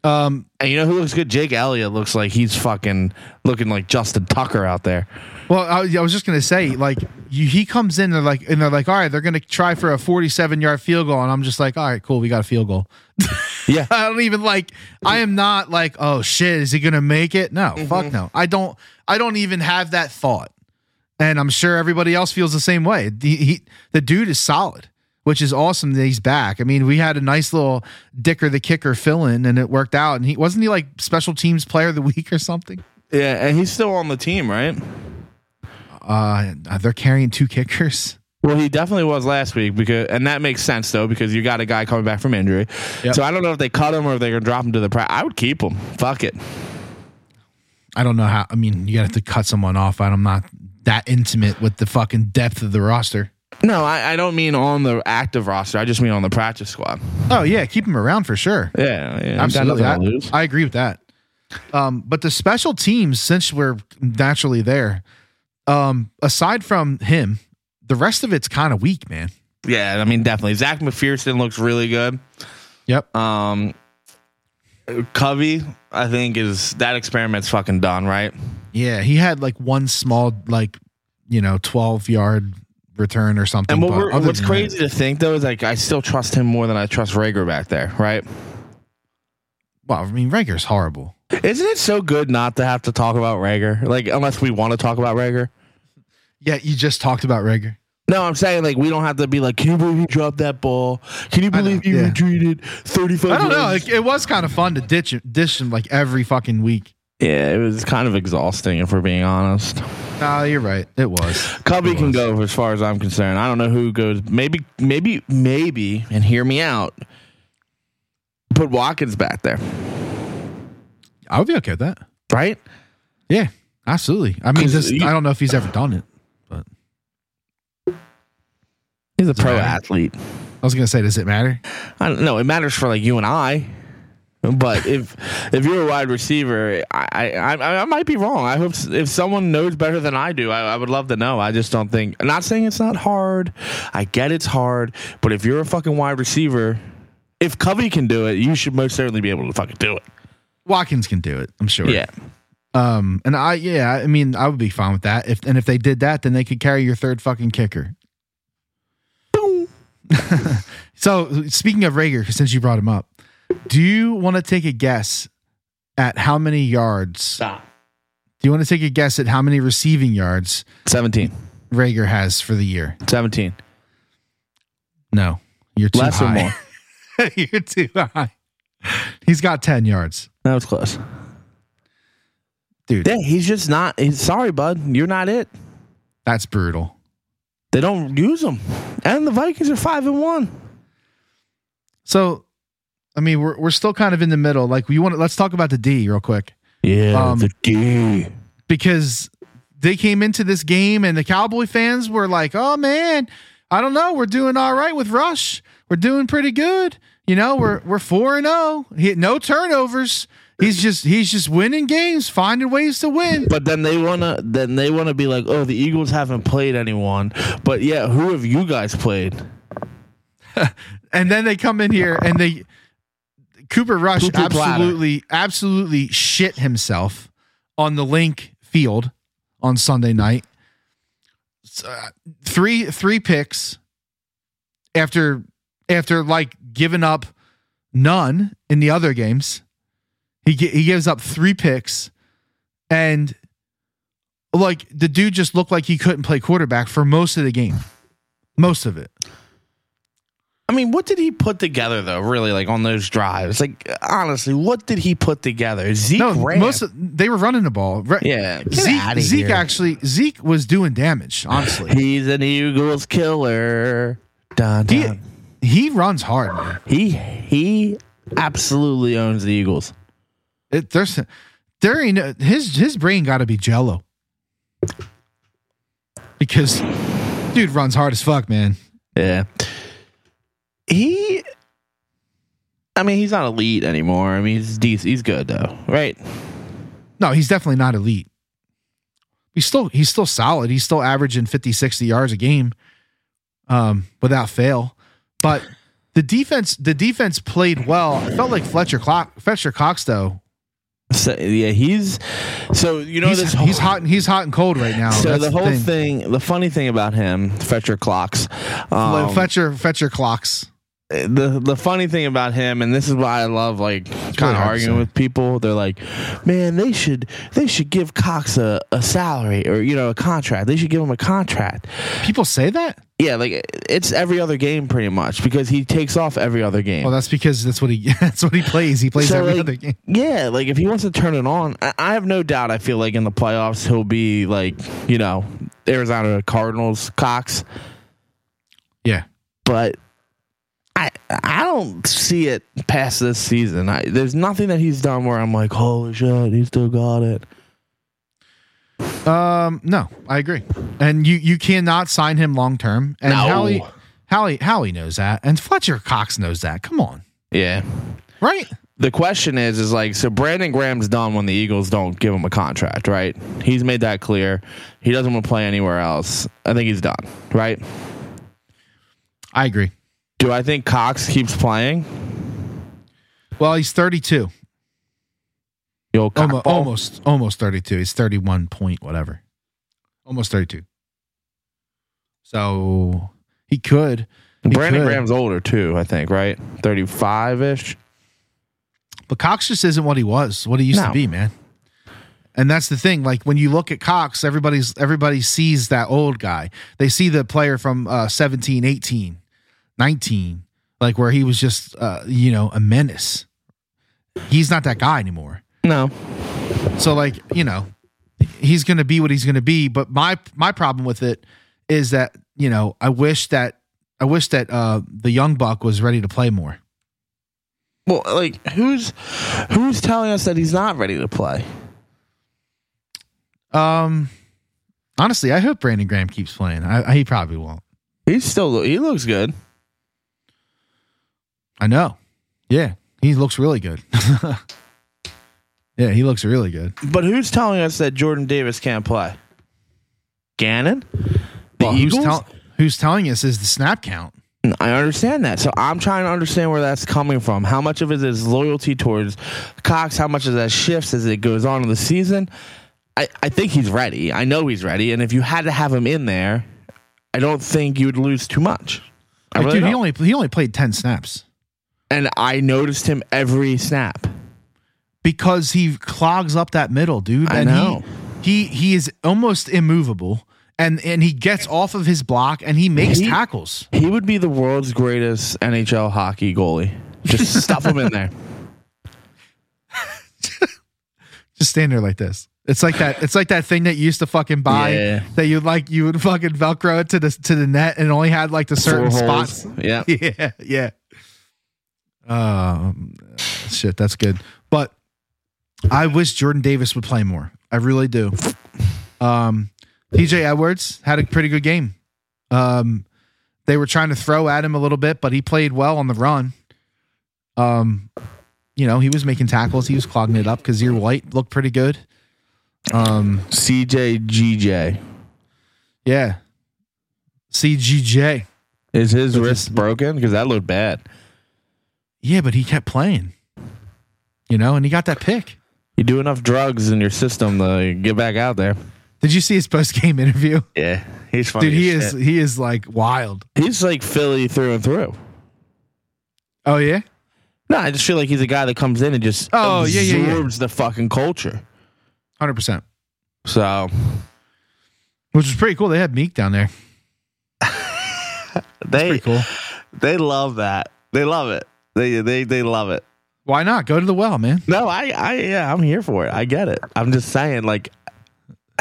S2: Um,
S3: And you know who looks good? Jake Elliott looks like he's fucking looking like Justin Tucker out there.
S2: Well, I, I was just gonna say, like, you, he comes in, they're like, and they're like, all right, they're gonna try for a forty-seven yard field goal, and I'm just like, all right, cool, we got a field <laughs> goal.
S3: Yeah.
S2: I don't even like, I am not like, oh shit, is he gonna make it? No, fuck no, I don't, I don't even have that thought, and I'm sure everybody else feels the same way. The, he, the dude is solid, which is awesome that he's back. I mean, we had a nice little Dicker the kicker fill in, and it worked out. And he wasn't he like special teams player of the week or something.
S3: Yeah, and he's still on the team, right?
S2: Uh, they're carrying two kickers.
S3: Well, he definitely was last week because, and that makes sense though because you got a guy coming back from injury.
S2: Yep.
S3: So I don't know if they cut him or if they're gonna drop him to the. Pra- I would keep him. Fuck it.
S2: I don't know how. I mean, you got to cut someone off. I'm not that intimate with the fucking depth of the roster.
S3: No, I, I don't mean on the active roster. I just mean on the practice squad.
S2: Oh yeah, keep him around for sure.
S3: Yeah, yeah. you got
S2: Absolutely,
S3: nothing to
S2: I,
S3: lose.
S2: I agree with that. Um, but the special teams, since we're naturally there, um, aside from him, the rest of it's kind of weak, man.
S3: Yeah, I mean definitely. Zach McPherson looks really good.
S2: Yep.
S3: Um, Covey, I think is that experiment's fucking done, right?
S2: Yeah, he had like one small, like you know, twelve yard return or something.
S3: And what
S2: but
S3: we're,
S2: other
S3: what's
S2: than that-
S3: crazy to think though is like I still trust him more than I trust Rager back there, right?
S2: Well, I mean, Rager's horrible.
S3: Isn't it so good not to have to talk about Rager? Like unless we want to talk about Rager.
S2: Yeah, you just talked about Rager.
S3: No, I'm saying like we don't have to be like, can you believe he dropped that ball? Can you
S2: I know,
S3: believe he
S2: yeah.
S3: retreated 35?
S2: I don't know.
S3: yards?"
S2: It, it was kind of fun to ditch dish him like every fucking week.
S3: yeah, it was kind of exhausting if we're being honest.
S2: No, you're right. It was.
S3: Cubby
S2: It
S3: can
S2: was.
S3: go as far as I'm concerned. I don't know who goes. Maybe, maybe, maybe, and hear me out. Put Watkins back there,
S2: I would be okay with that.
S3: right?
S2: Yeah, absolutely. I mean,
S3: 'Cause
S2: just
S3: you-
S2: I don't know if he's ever done it.
S3: He's a pro
S2: matter.
S3: athlete.
S2: I was gonna say, does it matter?
S3: I don't know. It matters for like you and I. But if if you're a wide receiver, I, I I I might be wrong. I hope s- if someone knows better than I do, I, I would love to know. I just don't think. I'm not saying it's not hard. I get it's hard, but if you're a fucking wide receiver, if Covey can do it, you should most certainly be able to fucking do it.
S2: Watkins can do it. I'm sure. Um. And I yeah. I mean, I would be fine with that. If and if they did that, then they could carry your third fucking kicker. <laughs> so speaking of Rager, since you brought him up, do you want to take a guess at how many yards?
S3: Stop.
S2: Do you want to take a guess at how many receiving yards
S3: 17.
S2: Rager has for the year?
S3: 17.
S2: No, you're too
S3: Less or
S2: high.
S3: more.
S2: <laughs> you're too high. He's got ten yards,
S3: That was close.
S2: dude.
S3: Yeah, he's just not. He's, sorry, bud. You're not it.
S2: That's brutal.
S3: They don't use him. And the Vikings are 5 and 1.
S2: So, I mean, we're we're still kind of in the middle. Like we want to let's talk about the D real quick
S3: Yeah,
S2: Um,
S3: the D.
S2: because they came into this game and the Cowboy fans were like, "Oh man, I don't know, we're doing all right with Rush. We're doing pretty good. You know, we're we're 4 and 0. He- No turnovers. He's just he's just winning games, finding ways to win."
S3: But then they wanna then they wanna be like, oh, the Eagles haven't played anyone. But yeah, who have you guys played?
S2: And then they come in here and they Cooper Rush
S3: Poo-poo platter.
S2: absolutely absolutely shit himself on the link field on Sunday night. S- uh, Three three picks after after like giving up none in the other games. He gi- he gives up three picks and like the dude just looked like he couldn't play quarterback for most of the game. Most of it.
S3: I mean, what did he put together though? Really, like on those drives? Like honestly, what did he put together? Zeke
S2: No,
S3: ran.
S2: most of, they were running the ball. Re-
S3: yeah, get
S2: Zeke,
S3: outta
S2: Zeke
S3: here.
S2: actually, Zeke was doing damage. Honestly,
S3: He's an Eagles killer. Dun,
S2: he
S3: dun.
S2: he runs hard. Man.
S3: He he absolutely owns the Eagles.
S2: It, there's there ain't no- his his brain got to be jello because dude runs hard as fuck, man.
S3: Yeah. He. I mean, he's not elite anymore. I mean, he's decent. He's good though, right?
S2: No, he's definitely not elite. He's still he's still solid. He's still averaging 50, 60 yards a game, um, without fail. But the defense the defense played well. I felt like Fletcher Clock Fletcher Cox though
S3: So, yeah, he's. So you know
S2: he's,
S3: this. Whole,
S2: he's hot and he's hot and cold right now.
S3: So
S2: That's
S3: the whole thing. the funny thing about him, Fetcher clocks.
S2: Like,
S3: Um,
S2: Fetcher Fetcher clocks.
S3: the the funny thing about him, and this is why I love like kind
S2: really
S3: of
S2: hard to
S3: arguing
S2: say.
S3: with people. They're like, man, they should they should give Cox a, a salary or you know a contract. They should give him a contract.
S2: People say that.
S3: Yeah, like it's every other game pretty much because he takes off every other game.
S2: Well, that's because that's what he <laughs> that's what he plays. He plays
S3: So,
S2: every
S3: like,
S2: other game.
S3: Yeah, like if he wants to turn it on, I, I have no doubt. I feel like in the playoffs he'll be like you know Arizona Cardinals Cox,
S2: Yeah,
S3: but I I don't see it past this season. I, there's nothing that he's done where I'm like, holy shit, he still got it.
S2: Um, no, I agree. And you you cannot sign him long term. And
S3: No.
S2: Howie, Howie Howie knows that, and Fletcher Cox knows that. Come on,
S3: Yeah.
S2: right?
S3: The question is, is like, so Brandon Graham's done when the Eagles don't give him a contract, right? He's made that clear. He doesn't want to play anywhere else. I think he's done, right?
S2: I agree.
S3: Do I think Cox keeps playing?
S2: Well, he's thirty two,
S3: Yo,
S2: almost,
S3: cockball.
S2: almost almost thirty two. He's thirty one point whatever, almost thirty two. So he could. He
S3: Brandon
S2: could.
S3: Graham's older too, I think, right? 35 ish.
S2: But Cox just isn't what he was, what he used to
S3: No.
S2: be, man. And that's the thing. Like when you look at Cox, everybody's everybody sees that old guy. They see the player from uh 17, 18, 19, like where he was just uh, you know, a menace. He's not that guy anymore.
S3: No.
S2: So like, you know, he's going to be what he's going to be, but my my problem with it is that, you know, I wish that I wish that uh the young buck was ready to play more.
S3: Well, like who's who's telling us that he's not ready to play?
S2: Um honestly, I hope Brandon Graham keeps playing. I, I he probably won't.
S3: He's still he looks good.
S2: I know. Yeah, he looks really good. <laughs> yeah, he looks really good.
S3: But who's telling us that Jordan Davis can't play? Gannon? The
S2: Well, who's,
S3: Eagles?
S2: tell- who's telling us is the snap count?
S3: I understand that. So I'm trying to understand where that's coming from. How much of it is loyalty towards Cox? How much of that shifts as it goes on in the season? I, I think he's ready. I know he's ready. And if you had to have him in there, I don't think you would lose too much. I
S2: Like,
S3: really
S2: dude, he
S3: don't.
S2: only he only played ten snaps
S3: and I noticed him every snap.
S2: because he clogs up that middle, dude.
S3: I
S2: and he-
S3: know.
S2: He, he is almost immovable, and and he gets off of his block and he makes
S3: He-
S2: tackles.
S3: He would be the world's greatest NHL hockey goalie. Just stuff him in there.
S2: Just stand there like this. It's like that. It's like that thing that you used to fucking buy
S3: Yeah.
S2: that you like. You would fucking velcro it to the to the net and only had like the <laughs> certain
S3: Four holes.
S2: spots.
S3: Yeah.
S2: <laughs> yeah, yeah. Um, shit, that's good. But I wish Jordan Davis would play more. I really do. Um, PJ Edwards had a pretty good game. Um, they were trying to throw at him a little bit, but he played well on the run. Um, you know, he was making tackles. He was clogging it up. Kazir White looked pretty good. Um,
S3: CJ GJ.
S2: yeah. CGJ.
S3: Is his
S2: Which
S3: wrist broken? Because that looked bad.
S2: Yeah, but he kept playing. You know, and he got that pick.
S3: You do enough drugs in your system to get back out there.
S2: Did you see his post game <laughs> interview?
S3: Oh, Yeah, he's funny.
S2: Dude, he is he is like wild.
S3: He's like Philly through and through.
S2: Oh yeah,
S3: No, I just feel like he's a guy that comes in and just
S2: Oh, yeah,
S3: absorbs
S2: yeah, yeah.
S3: the fucking culture.
S2: hundred percent.
S3: So
S2: Which is pretty cool. They had Meek down there.
S3: they
S2: Pretty cool.
S3: they love that. They love it. They they they love it.
S2: Why not go to the well, man?
S3: No, I I yeah, I'm here for it. I get it. I'm just saying, like, <laughs>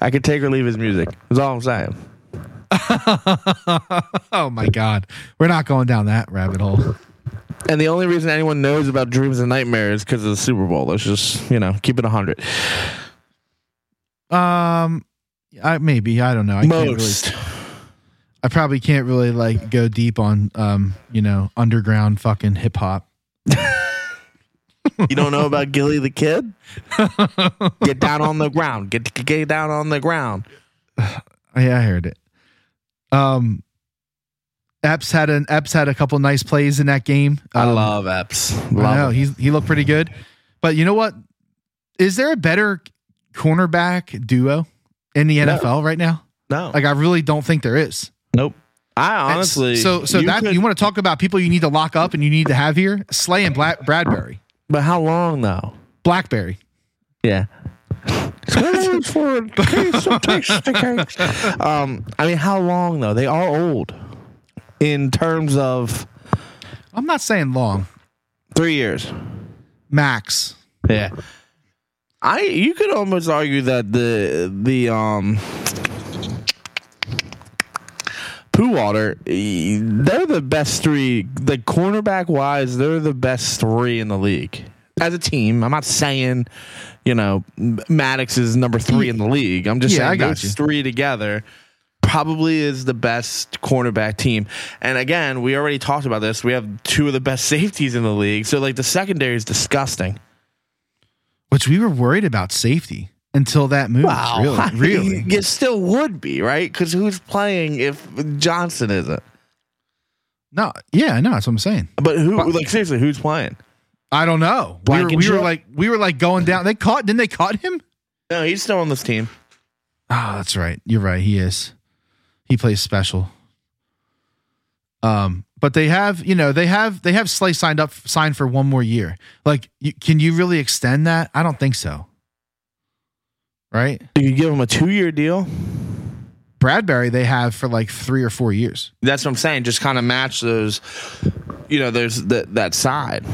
S3: I could take or leave his music. That's all I'm saying.
S2: oh my God, we're not going down that rabbit hole.
S3: And the only reason anyone knows about dreams and nightmares is because of the Super Bowl. Let's just you know keep it hundred.
S2: Um, I maybe I don't know. I can't really.
S3: Most.
S2: I probably can't really like go deep on um you know underground fucking hip hop.
S3: <laughs> You don't know about Gilly the
S2: <laughs>
S3: Kid? Get down on the ground. Get get down on the ground.
S2: Oh, Yeah, I heard it. Um, Epps had an Epps had a couple nice plays in that game.
S3: I
S2: Um,
S3: love Epps.
S2: I know
S3: Love him.
S2: he's he looked pretty good, but you know what? Is there a better cornerback duo in the
S3: No.
S2: NFL right now?
S3: No,
S2: Like I really don't think there is.
S3: nope. I honestly.
S2: so so that
S3: could-
S2: you want to talk about people you need to lock up and you need to have here? Slay and Black, Bradbury,
S3: but how long though?
S2: Blackberry.
S3: Yeah. <laughs> um, I mean, how long though? They are old. In terms of
S2: I'm not saying long.
S3: three years.
S2: Max.
S3: Yeah. I you could almost argue that the the um Poo Water, eh, they're the best three. The cornerback wise, they're the best three in the league as a team. I'm not saying, you know, M- Maddox is number three in the league. I'm just
S2: Yeah,
S3: saying
S2: I got
S3: those
S2: you.
S3: three together probably is the best cornerback team. And again, we already talked about this. We have two of the best <laughs> safeties in the league. So like the secondary is disgusting.
S2: Which we were worried about safety until that move.
S3: <laughs> I mean,
S2: Really, really.
S3: You still would be, right? Because who's playing if Johnson isn't?
S2: No, yeah, I know. That's what I'm saying.
S3: But who, like, seriously, who's playing?
S2: I don't know. We were, we
S3: Blankenship?
S2: were like we were like going down. They caught didn't they caught him?
S3: No, he's still on this team.
S2: Oh, Ah, that's right. You're right. He is. He plays special. Um, but they have, you know, they have they have Slay signed up signed for one more year. Like, you, can you really extend that? I don't think so. Right,
S3: You could give him a two year deal.
S2: Bradbury they have for like three or four years.
S3: That's what I'm saying. Just kind of match those, you know, there's that that side.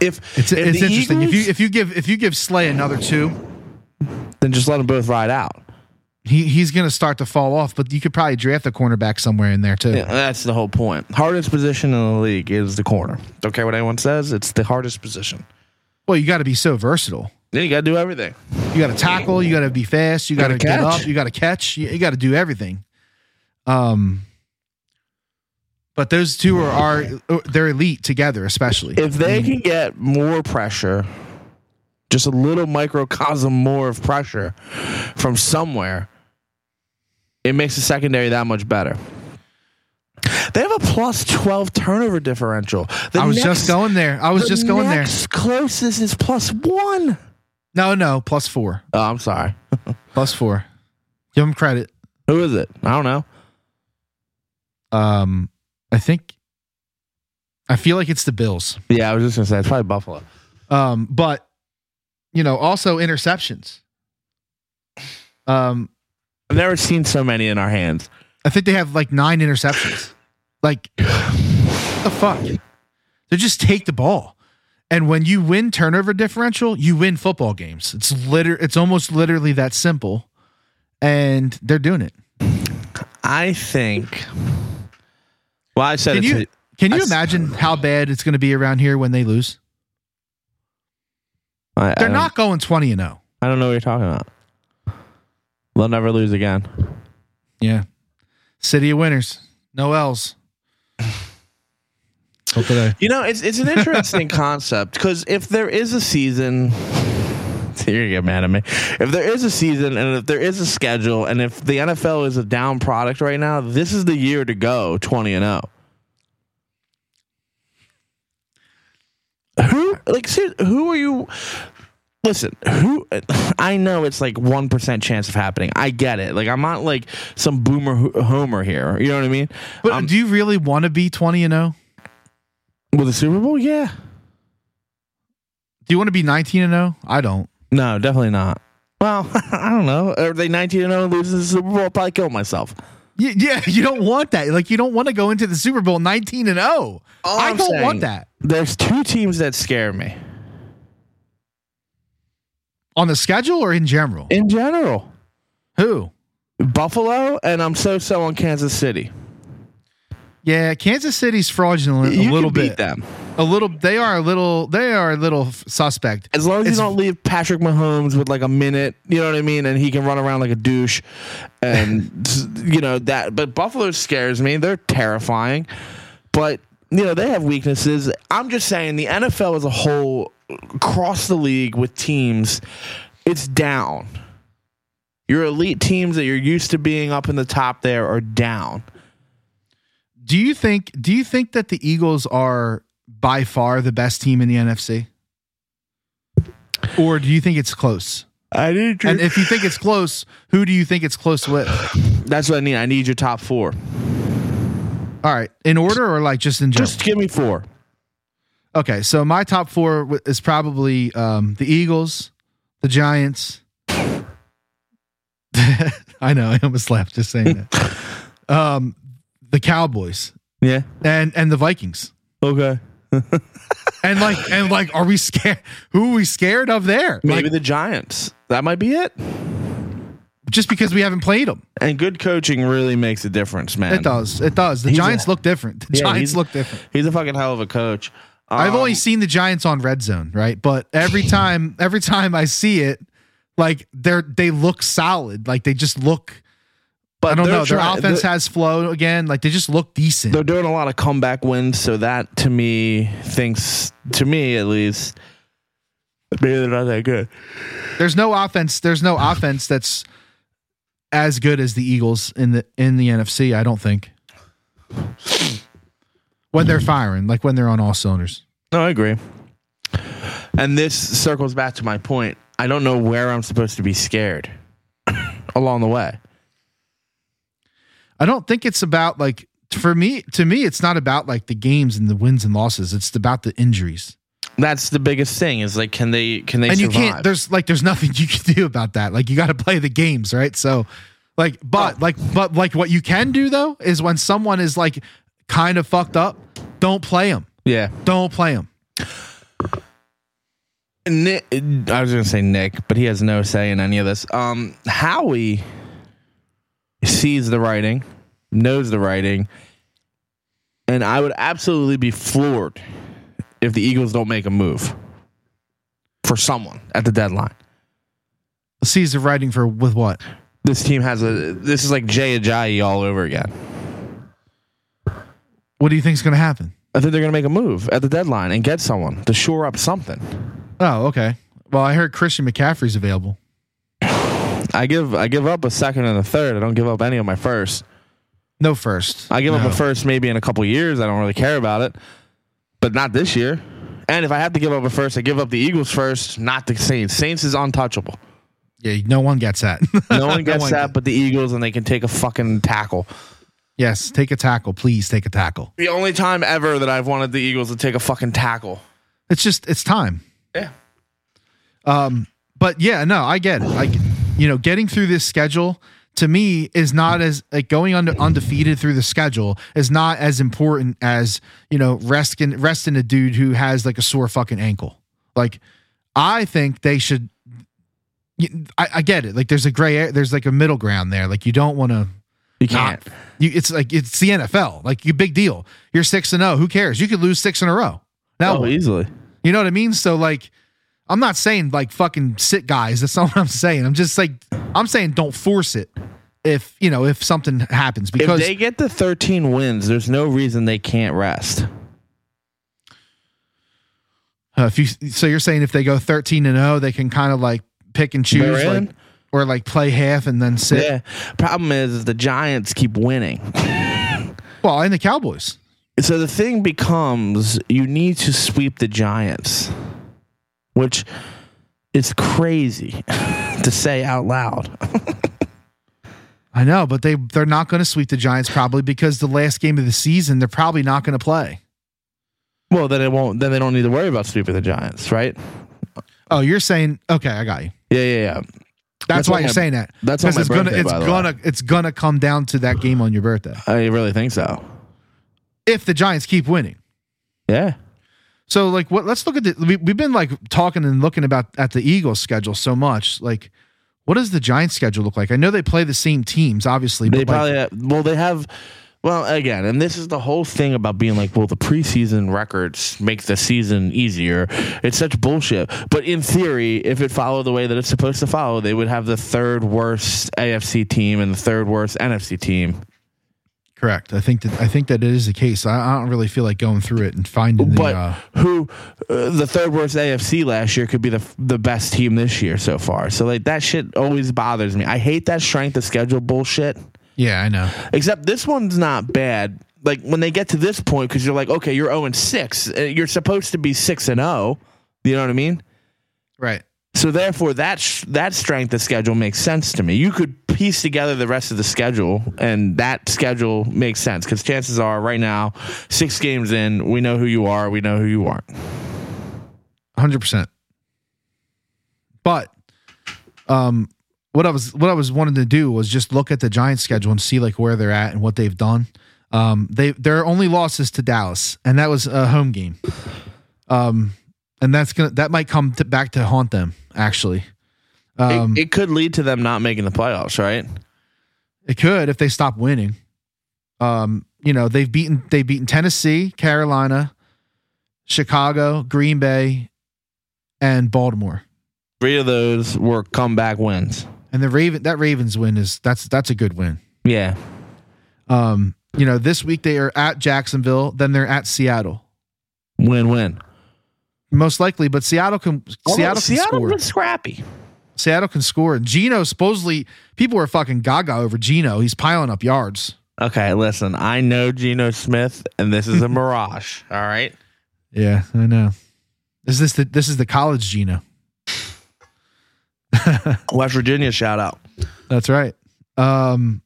S3: If
S2: It's,
S3: if
S2: it's
S3: the
S2: interesting if
S3: Eagles-
S2: you if you give if you give Slay another two,
S3: then just let them both ride out.
S2: he he's going to start to fall off. But you could probably draft a cornerback somewhere in there too.
S3: Yeah, that's the whole point. Hardest position in the league is the corner. Don't care what anyone says. It's the hardest position.
S2: Well, you got to be so versatile.
S3: Then you got to do everything.
S2: You got to tackle. You got to be fast. You got
S3: Gotta
S2: to get
S3: catch.
S2: up. You got to catch. You, got to do everything. Um, but those two are are they're elite together, especially.
S3: If they can get more pressure, just a little microcosm more of pressure from somewhere, it makes the secondary that much better. They have a plus 12 turnover differential. The
S2: I was
S3: next-
S2: just going there. I was
S3: the
S2: just going there.
S3: next Closest is plus one.
S2: No, no, plus four,
S3: Oh, I'm sorry.
S2: plus four. Give them credit.
S3: Who is it? I don't know.
S2: Um, I think. I feel like it's the Bills.
S3: Yeah, I was just gonna say it's probably Buffalo.
S2: Um, but you know, also interceptions. Um,
S3: I've never seen so many in our hands.
S2: I think they have like nine interceptions. Like what the fuck? They just take the ball. And when you win turnover differential, you win football games. It's liter it's almost literally that simple. And they're doing it.
S3: I think. Well, I said
S2: Can
S3: it
S2: you
S3: to-
S2: can
S3: I
S2: you
S3: s-
S2: imagine how bad it's gonna be around here when they lose?
S3: I- I
S2: They're
S3: don't-
S2: not going twenty and oh. zero.
S3: I don't know what you're talking about. They'll never lose again.
S2: Yeah. City of winners. No L's. Hope that I-
S3: You know, it's it's an
S2: <laughs>
S3: interesting concept because if there is a season, <laughs> you're gonna get mad at me. If there is a season and if there is a schedule and if the NFL is a down product right now, this is the year to go twenty and oh. zero. Who like ser- who are you? Listen, who <laughs> I know it's like one percent chance of happening. I get it. Like I'm not like some boomer ho- homer here. You know what I mean?
S2: But
S3: Um,
S2: do you really want to be twenty and oh? zero?
S3: with the Super Bowl, yeah.
S2: Do you want to be nineteen and zero? I don't.
S3: No, definitely not. Well, <laughs> I don't know. Are they 19 and 0 and losing the Super Bowl? I'll probably kill myself.
S2: Y- Yeah, <laughs> you don't want that. Like you don't want to go into the Super Bowl 19 and 0.
S3: All
S2: I
S3: I'm
S2: don't
S3: saying-
S2: want that.
S3: There's two teams that scare me
S2: On the schedule or in general?
S3: in general
S2: Who?
S3: Buffalo, and I'm so so on Kansas City.
S2: Yeah, Kansas City's fraudulent
S3: you
S2: a little
S3: can beat
S2: bit.
S3: them.
S2: A little they are a little they are a little f- suspect.
S3: As long as
S2: It's-
S3: you don't leave Patrick Mahomes with like a minute, you know what I mean? And he can run around like a douche. And, <laughs> you know, that. But Buffalo scares me. They're terrifying. But, you know, they have weaknesses. I'm just saying the NFL as a whole, across the league with teams, it's down. Your elite teams that you're used to being up in the top there are down.
S2: Do you think do you think that the Eagles are by far the best team in the NFC? Or do you think it's close?
S3: I need
S2: And if you think it's close, who do you think it's close with?
S3: That's what I need. I need your top four.
S2: All right, in order or like just in general?
S3: Just give me four.
S2: Okay, so my top four w- is probably um, the Eagles, the Giants. <laughs> I know I almost laughed just saying that.
S3: <laughs>
S2: Um, the Cowboys
S3: Yeah.
S2: and and the Vikings
S3: Okay.
S2: and like and like, are we scared? Who are we scared of there?
S3: Maybe
S2: Like,
S3: the Giants. That might be it.
S2: just because we haven't played them,
S3: And good coaching really makes a difference, man.
S2: it does. It does. The
S3: He's
S2: Giants
S3: a-
S2: look different. The
S3: Yeah,
S2: Giants
S3: he's-
S2: look different.
S3: He's a fucking hell of a coach. Um,
S2: I've only seen the Giants on red zone, right? But
S3: <laughs>
S2: every time, every time I see it, like they're they look solid. Like they just look.
S3: but
S2: I don't
S3: they're
S2: know. Their
S3: trying-
S2: offense
S3: they're,
S2: has flow again. Like they just look decent.
S3: they're doing a lot of comeback wins, so that to me thinks to me at least maybe they're not that good.
S2: There's no offense. There's no offense that's as good as the Eagles in the in the NFC. I don't think. When they're firing, like when they're on all cylinders.
S3: No, I agree. And this circles back to my point. I don't know where I'm supposed to be scared <coughs> along the way.
S2: I don't think it's about like for me to me it's not about like the games and the wins and losses it's about the injuries
S3: That's the biggest thing. Is like, can they? Can they?
S2: and you
S3: survive?
S2: can't there's like there's nothing <laughs> you can do about that like you got to play the games right so like
S3: Oh.
S2: but like but like what you can do though is when someone is like kind of fucked up don't play them
S3: Yeah.
S2: don't play them
S3: Nick, I was gonna say Nick, but he has no say in any of this. Um, Howie sees the writing, knows the writing, and I would absolutely be floored if the Eagles don't make a move for someone at the deadline.
S2: Caesar writing for with what
S3: This team has a. This is like Jay Ajayi all over again.
S2: what do you think's going to happen
S3: I think they're gonna make a move at the deadline and get someone to shore up something.
S2: oh okay well i heard christian mccaffrey's available
S3: I give I give up a second and a third. I don't give up any of my first.
S2: no first
S3: I give
S2: no.
S3: up a first maybe in a couple years. I don't really care about it, but not this year. And if I have to give up a first, I give up the Eagles first, not the Saints. Saints is untouchable.
S2: yeah no one gets that <laughs>
S3: No one gets
S2: one
S3: that but the Eagles, and they can take a fucking tackle.
S2: yes take a tackle please take a tackle
S3: The only time ever that I've wanted the Eagles to take a fucking tackle.
S2: it's just it's time
S3: Yeah.
S2: Um, but yeah, no, I get it. Like, you know, getting through this schedule to me is not as like going unde- undefeated through the schedule is not as important as you know resting resting a dude who has like a sore fucking ankle. Like, I think they should. you- I, I get it. Like, there's a gray, a- there's like a middle ground there. Like, you don't want to.
S3: You
S2: Not- You, it's like it's the NFL. Like, you big deal. You're six and zero. Who cares? You could lose six in a row. Now,
S3: Oh, easily.
S2: you know what I mean? So like, I'm not saying like fucking sit guys. That's not <laughs> what I'm saying. I'm just like, I'm saying don't force it. If you know if something happens
S3: If
S2: because
S3: they get the 13 wins, there's no reason they can't rest.
S2: uh, if you so you're saying if they go 13 and 0, they can kind of like pick and choose
S3: They're
S2: like,
S3: in.
S2: or like play half and then sit.
S3: Yeah. Problem is, is the Giants keep winning.
S2: Well, and the Cowboys.
S3: So the thing becomes you need to sweep the Giants, which is crazy <laughs> to say out loud.
S2: I know, but they they're not going to sweep the Giants probably because the last game of the season they're probably not going to play.
S3: Well, then it won't. Then they don't need to worry about sweeping the Giants, right?
S2: Oh, you're saying okay, I got you.
S3: Yeah, yeah, yeah.
S2: That's,
S3: That's
S2: why
S3: on
S2: you're
S3: my-
S2: saying that.
S3: that's on
S2: 'Cause
S3: my
S2: it's gonna
S3: birthday,
S2: it's
S3: by the way.
S2: gonna it's gonna come down to that game on your birthday
S3: I really think so.
S2: if the Giants keep winning.
S3: Yeah.
S2: So like what let's look at the we, we've been like talking and looking about at the Eagles schedule so much. Like what does the Giants schedule look like? I know they play the same teams obviously,
S3: They
S2: but like,
S3: probably have, well they have well again, and this is the whole thing about being like, well, the preseason records make the season easier. It's such bullshit. But in theory, if it followed the way that it's supposed to follow, they would have the third worst AFC team and the third worst NFC team.
S2: correct. I think that I think that it is the case. I, I don't really feel like going through it and finding the
S3: but
S2: uh,
S3: who uh, the third worst AFC last year could be the the best team this year so far. So like that shit always bothers me. I hate that strength of schedule bullshit.
S2: yeah, I know.
S3: Except this one's not bad. Like when they get to this point, because you're like, okay, you're zero and six. Uh, You're supposed to be six and zero. You know what I mean?
S2: Right.
S3: So therefore, that sh- that strength of schedule makes sense to me. You could piece together the rest of the schedule, and that schedule makes sense because chances are, right now, six games in, we know who you are, we know who you aren't.
S2: 100%. But um what I was what I was wanting to do was just look at the Giants schedule and see like where they're at and what they've done. Um they their only losses to Dallas and that was a home game. Um and that's going to that might come to, back to haunt them actually.
S3: It-
S2: Um
S3: it,
S2: it,
S3: could lead to them not making the playoffs, right?
S2: could if they stop winning. Um you know, they've beaten they've beaten Tennessee, Carolina, Chicago, Green Bay and Baltimore.
S3: Three of those were comeback wins.
S2: And the Raven that Ravens win is that's that's a good win.
S3: Yeah,
S2: Um, you know, this week they are at Jacksonville, then they're at Seattle.
S3: win win.
S2: Most likely, but Seattle can Seattle can score.
S3: Oh, was scrappy.
S2: Seattle can score. And Gino supposedly people are fucking gaga over Gino. He's piling up yards.
S3: Okay, listen, I know Geno Smith, and this <laughs> is a mirage. All right.
S2: Yeah, I know. Is this the this is the college Gino?
S3: West Virginia shout out.
S2: That's right. Um,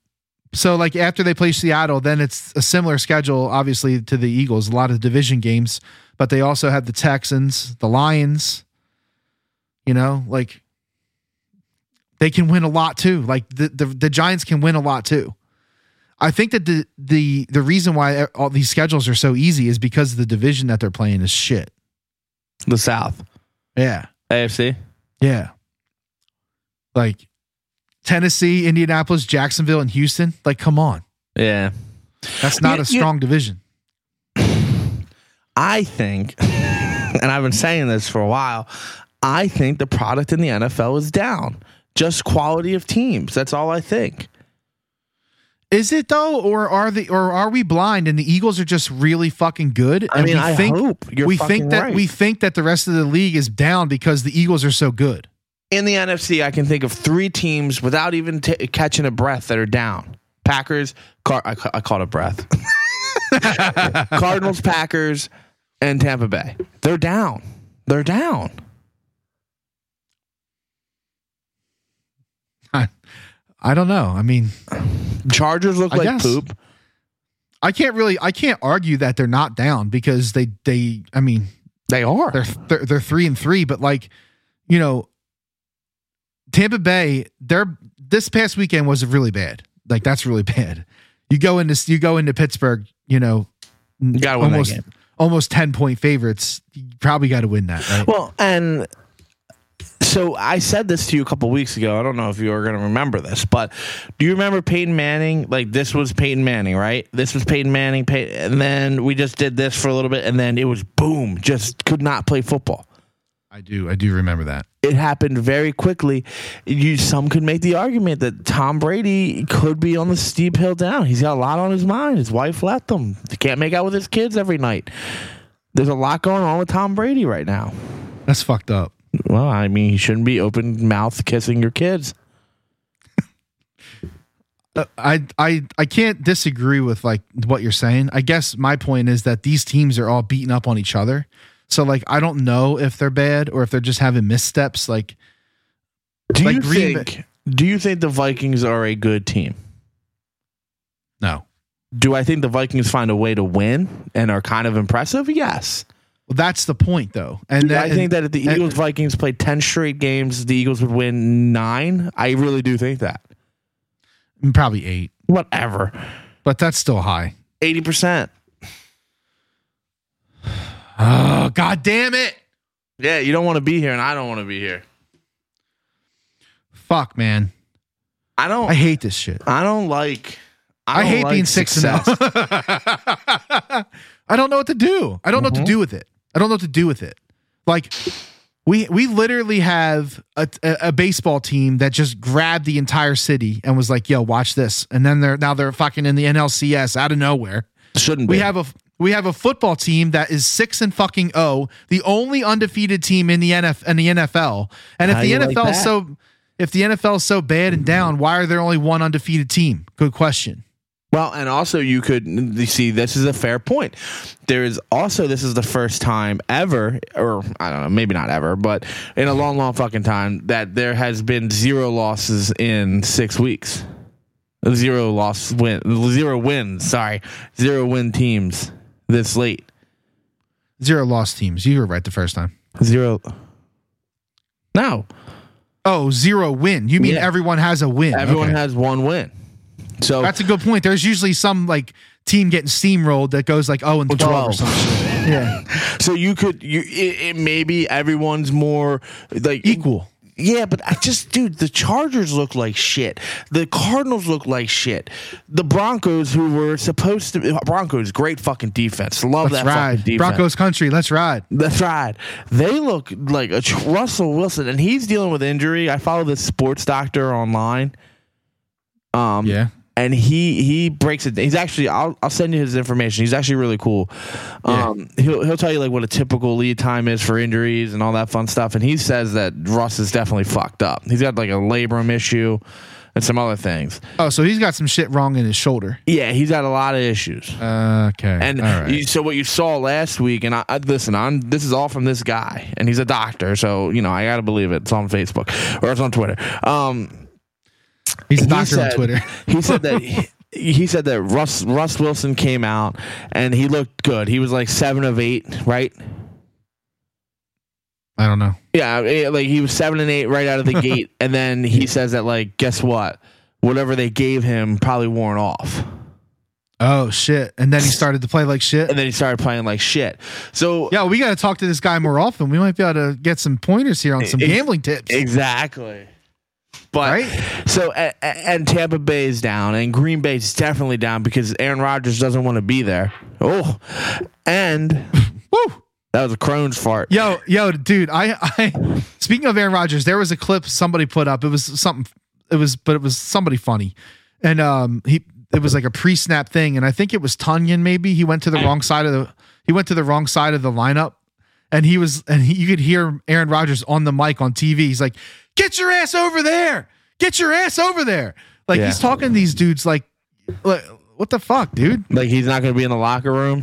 S2: so like after they play Seattle, then it's a similar schedule, obviously, to the Eagles. A lot of division games, but they also have the Texans, the Lions. You know, like they can win a lot too. Like the the, the Giants can win a lot too. I think that the the the reason why all these schedules are so easy is because the division that they're playing is shit.
S3: The South.
S2: Yeah.
S3: AFC.
S2: Yeah. Like Tennessee, Indianapolis, Jacksonville, and Houston. Like, come on.
S3: Yeah.
S2: That's
S3: You-
S2: not a
S3: you-
S2: strong division.
S3: I think, <laughs> and I've been saying this for a while, I think the product in the NFL is down. Just quality of teams. That's all I think.
S2: Is it though, or are the or are we blind and the Eagles are just really fucking good?
S3: I
S2: and
S3: mean,
S2: we
S3: I hope you're
S2: we
S3: fucking
S2: think that
S3: right.
S2: we think that the rest of the league is down because the Eagles are so good.
S3: In the NFC, I can think of three teams without even t- catching a breath that are down. Packers, Car- I, ca- I caught a breath. <laughs> Cardinals, Packers, and Tampa Bay. They're down. They're down.
S2: I, I don't know. I mean,
S3: Chargers look
S2: I
S3: like
S2: guess.
S3: poop.
S2: I can't really I can't argue that they're not down because they they I mean
S3: They are.
S2: they're they're, they're three and three, but like you know, Tampa Bay, they're this past weekend was really bad. Like that's really <laughs> bad. You go into you go into Pittsburgh, you know,
S3: You gotta win that
S2: almost
S3: game.
S2: almost ten point favorites. You probably got to win that, right?
S3: Well, and so I said this to you a couple weeks ago. I don't know if you were going to remember this, but do you remember Peyton Manning? Like this was Peyton Manning, right? This was Peyton Manning, Pey- and then we just did this for a little bit, and then it was boom, just could not play football.
S2: I do I do remember that.
S3: It happened very quickly. You some could make the argument that Tom Brady could be on the steep hill down. He's got a lot on his mind. His wife left him. He can't make out with his kids every night. There's a lot going on with Tom Brady right now.
S2: That's fucked up.
S3: Well, I mean, you shouldn't be open mouth kissing your kids.
S2: Uh, I I I can't disagree with like what you're saying. I guess my point is that these teams are all beaten up on each other. So like I don't know if they're bad or if they're just having missteps. Like
S3: Do
S2: Like
S3: you
S2: Green
S3: think? Do you think the Vikings are a good team?
S2: no,
S3: Do I think the Vikings find a way to win and are kind of impressive? Yes.
S2: well, that's the point though. And
S3: I think that if the
S2: and-
S3: Eagles Vikings played ten straight games, the Eagles would win nine. I really do think that.
S2: and probably eight,
S3: Whatever,
S2: but that's still high.
S3: eighty percent.
S2: Oh god damn it!
S3: Yeah, you don't want to be here, and I don't want to be here.
S2: Fuck man,
S3: I don't.
S2: I
S3: I,
S2: hate this shit.
S3: don't like.
S2: I,
S3: don't
S2: hate
S3: like
S2: being six
S3: success.
S2: and out. <laughs> I don't know what to do. I don't
S3: Mm-hmm.
S2: know what to do with it. I don't know what to do with it. Like we we literally have a, a, a baseball team that just grabbed the entire city and was like, "Yo, watch this," and then they're now they're fucking in the NLCS out of nowhere.
S3: <laughs> Shouldn't
S2: oh. We
S3: be.
S2: have a we have a football team that is six and fucking oh, the only undefeated team in the NF in the NFL. And if
S3: How
S2: the
S3: you like
S2: NFL is
S3: that?
S2: so if the NFL is so bad and down, why are there only one undefeated team? Good question.
S3: Well, and also you could you see this is a fair point. There is also this is the first time ever, or I don't know, maybe not ever, but in a long, long fucking time that there has been zero losses in six weeks, zero loss win, zero wins. Sorry, zero win teams this late.
S2: Zero loss teams. You were right the first time.
S3: Zero. No,
S2: Oh, zero win. You mean
S3: Yeah.
S2: everyone has a win?
S3: everyone
S2: Okay.
S3: has one win. So
S2: That's a good point. There's usually some like team getting steamrolled that goes like oh and twelve, or
S3: 12. <laughs>
S2: something. yeah,
S3: so you could you it, it maybe everyone's more like
S2: equal.
S3: Yeah, but I just, dude, the Chargers look like shit. The Cardinals look like shit. The Broncos, who were supposed to, Broncos, great fucking defense. Love that
S2: Let's
S3: fucking
S2: ride,
S3: defense.
S2: Broncos country. Let's ride.
S3: That's right. They look like a tr- Russell Wilson, and he's dealing with injury. I follow this sports doctor online. Um,
S2: Yeah.
S3: and he he breaks it. He's actually I'll I'll send you his information. He's actually really cool. Um, he'll he'll tell you like what a typical lead time is for injuries and all that fun stuff. And he says that Russ is definitely fucked up. He's got like a labrum issue and some other things.
S2: Oh, so he's got some shit wrong in his shoulder.
S3: Yeah, he's got a lot of issues.
S2: Okay,
S3: And
S2: all right.
S3: you, so what you saw last week, and I, I listen, I'm this is all from this guy, and he's a doctor, so you know I gotta believe it. It's on Facebook or it's on Twitter. Um,
S2: he's a
S3: he
S2: doctor on
S3: said-
S2: Twitter.
S3: he said that he, he said that Russ Russ Wilson came out and he looked good. He was like seven of eight, right?
S2: I don't know.
S3: Yeah, eh, like he was seven and eight right out
S2: <laughs>
S3: of the gate, and then he says that like, guess what? Whatever they gave him probably worn off,
S2: Oh shit! And then he started to play like shit.
S3: and then he started playing like shit. So
S2: Yeah, we got to talk to this guy more often. We might be able to get some pointers here on some
S3: Ex-
S2: gambling tips.
S3: Exactly. But
S2: Right?
S3: so a- a- and Tampa Bay is down and Green Bay is definitely down because Aaron Rodgers doesn't want to be there. Oh, and
S2: Woo!
S3: that was a Crohn's fart.
S2: Yo, yo, dude. I, I. Speaking of Aaron Rodgers, there was a clip somebody put up. It was something. It was, but it was somebody funny, and um, he. It was like a pre-snap thing, and I think it was Tanyan. Maybe he went to the wrong side of the. He went to the wrong side of the lineup, and he was, and he, you could hear Aaron Rodgers on the mic on TV. He's like, "Get your ass over there! Get your ass over there!" Like
S3: Yeah.
S2: he's talking to these dudes like, like, "What the fuck, dude?"
S3: Like he's not going to be in the locker room.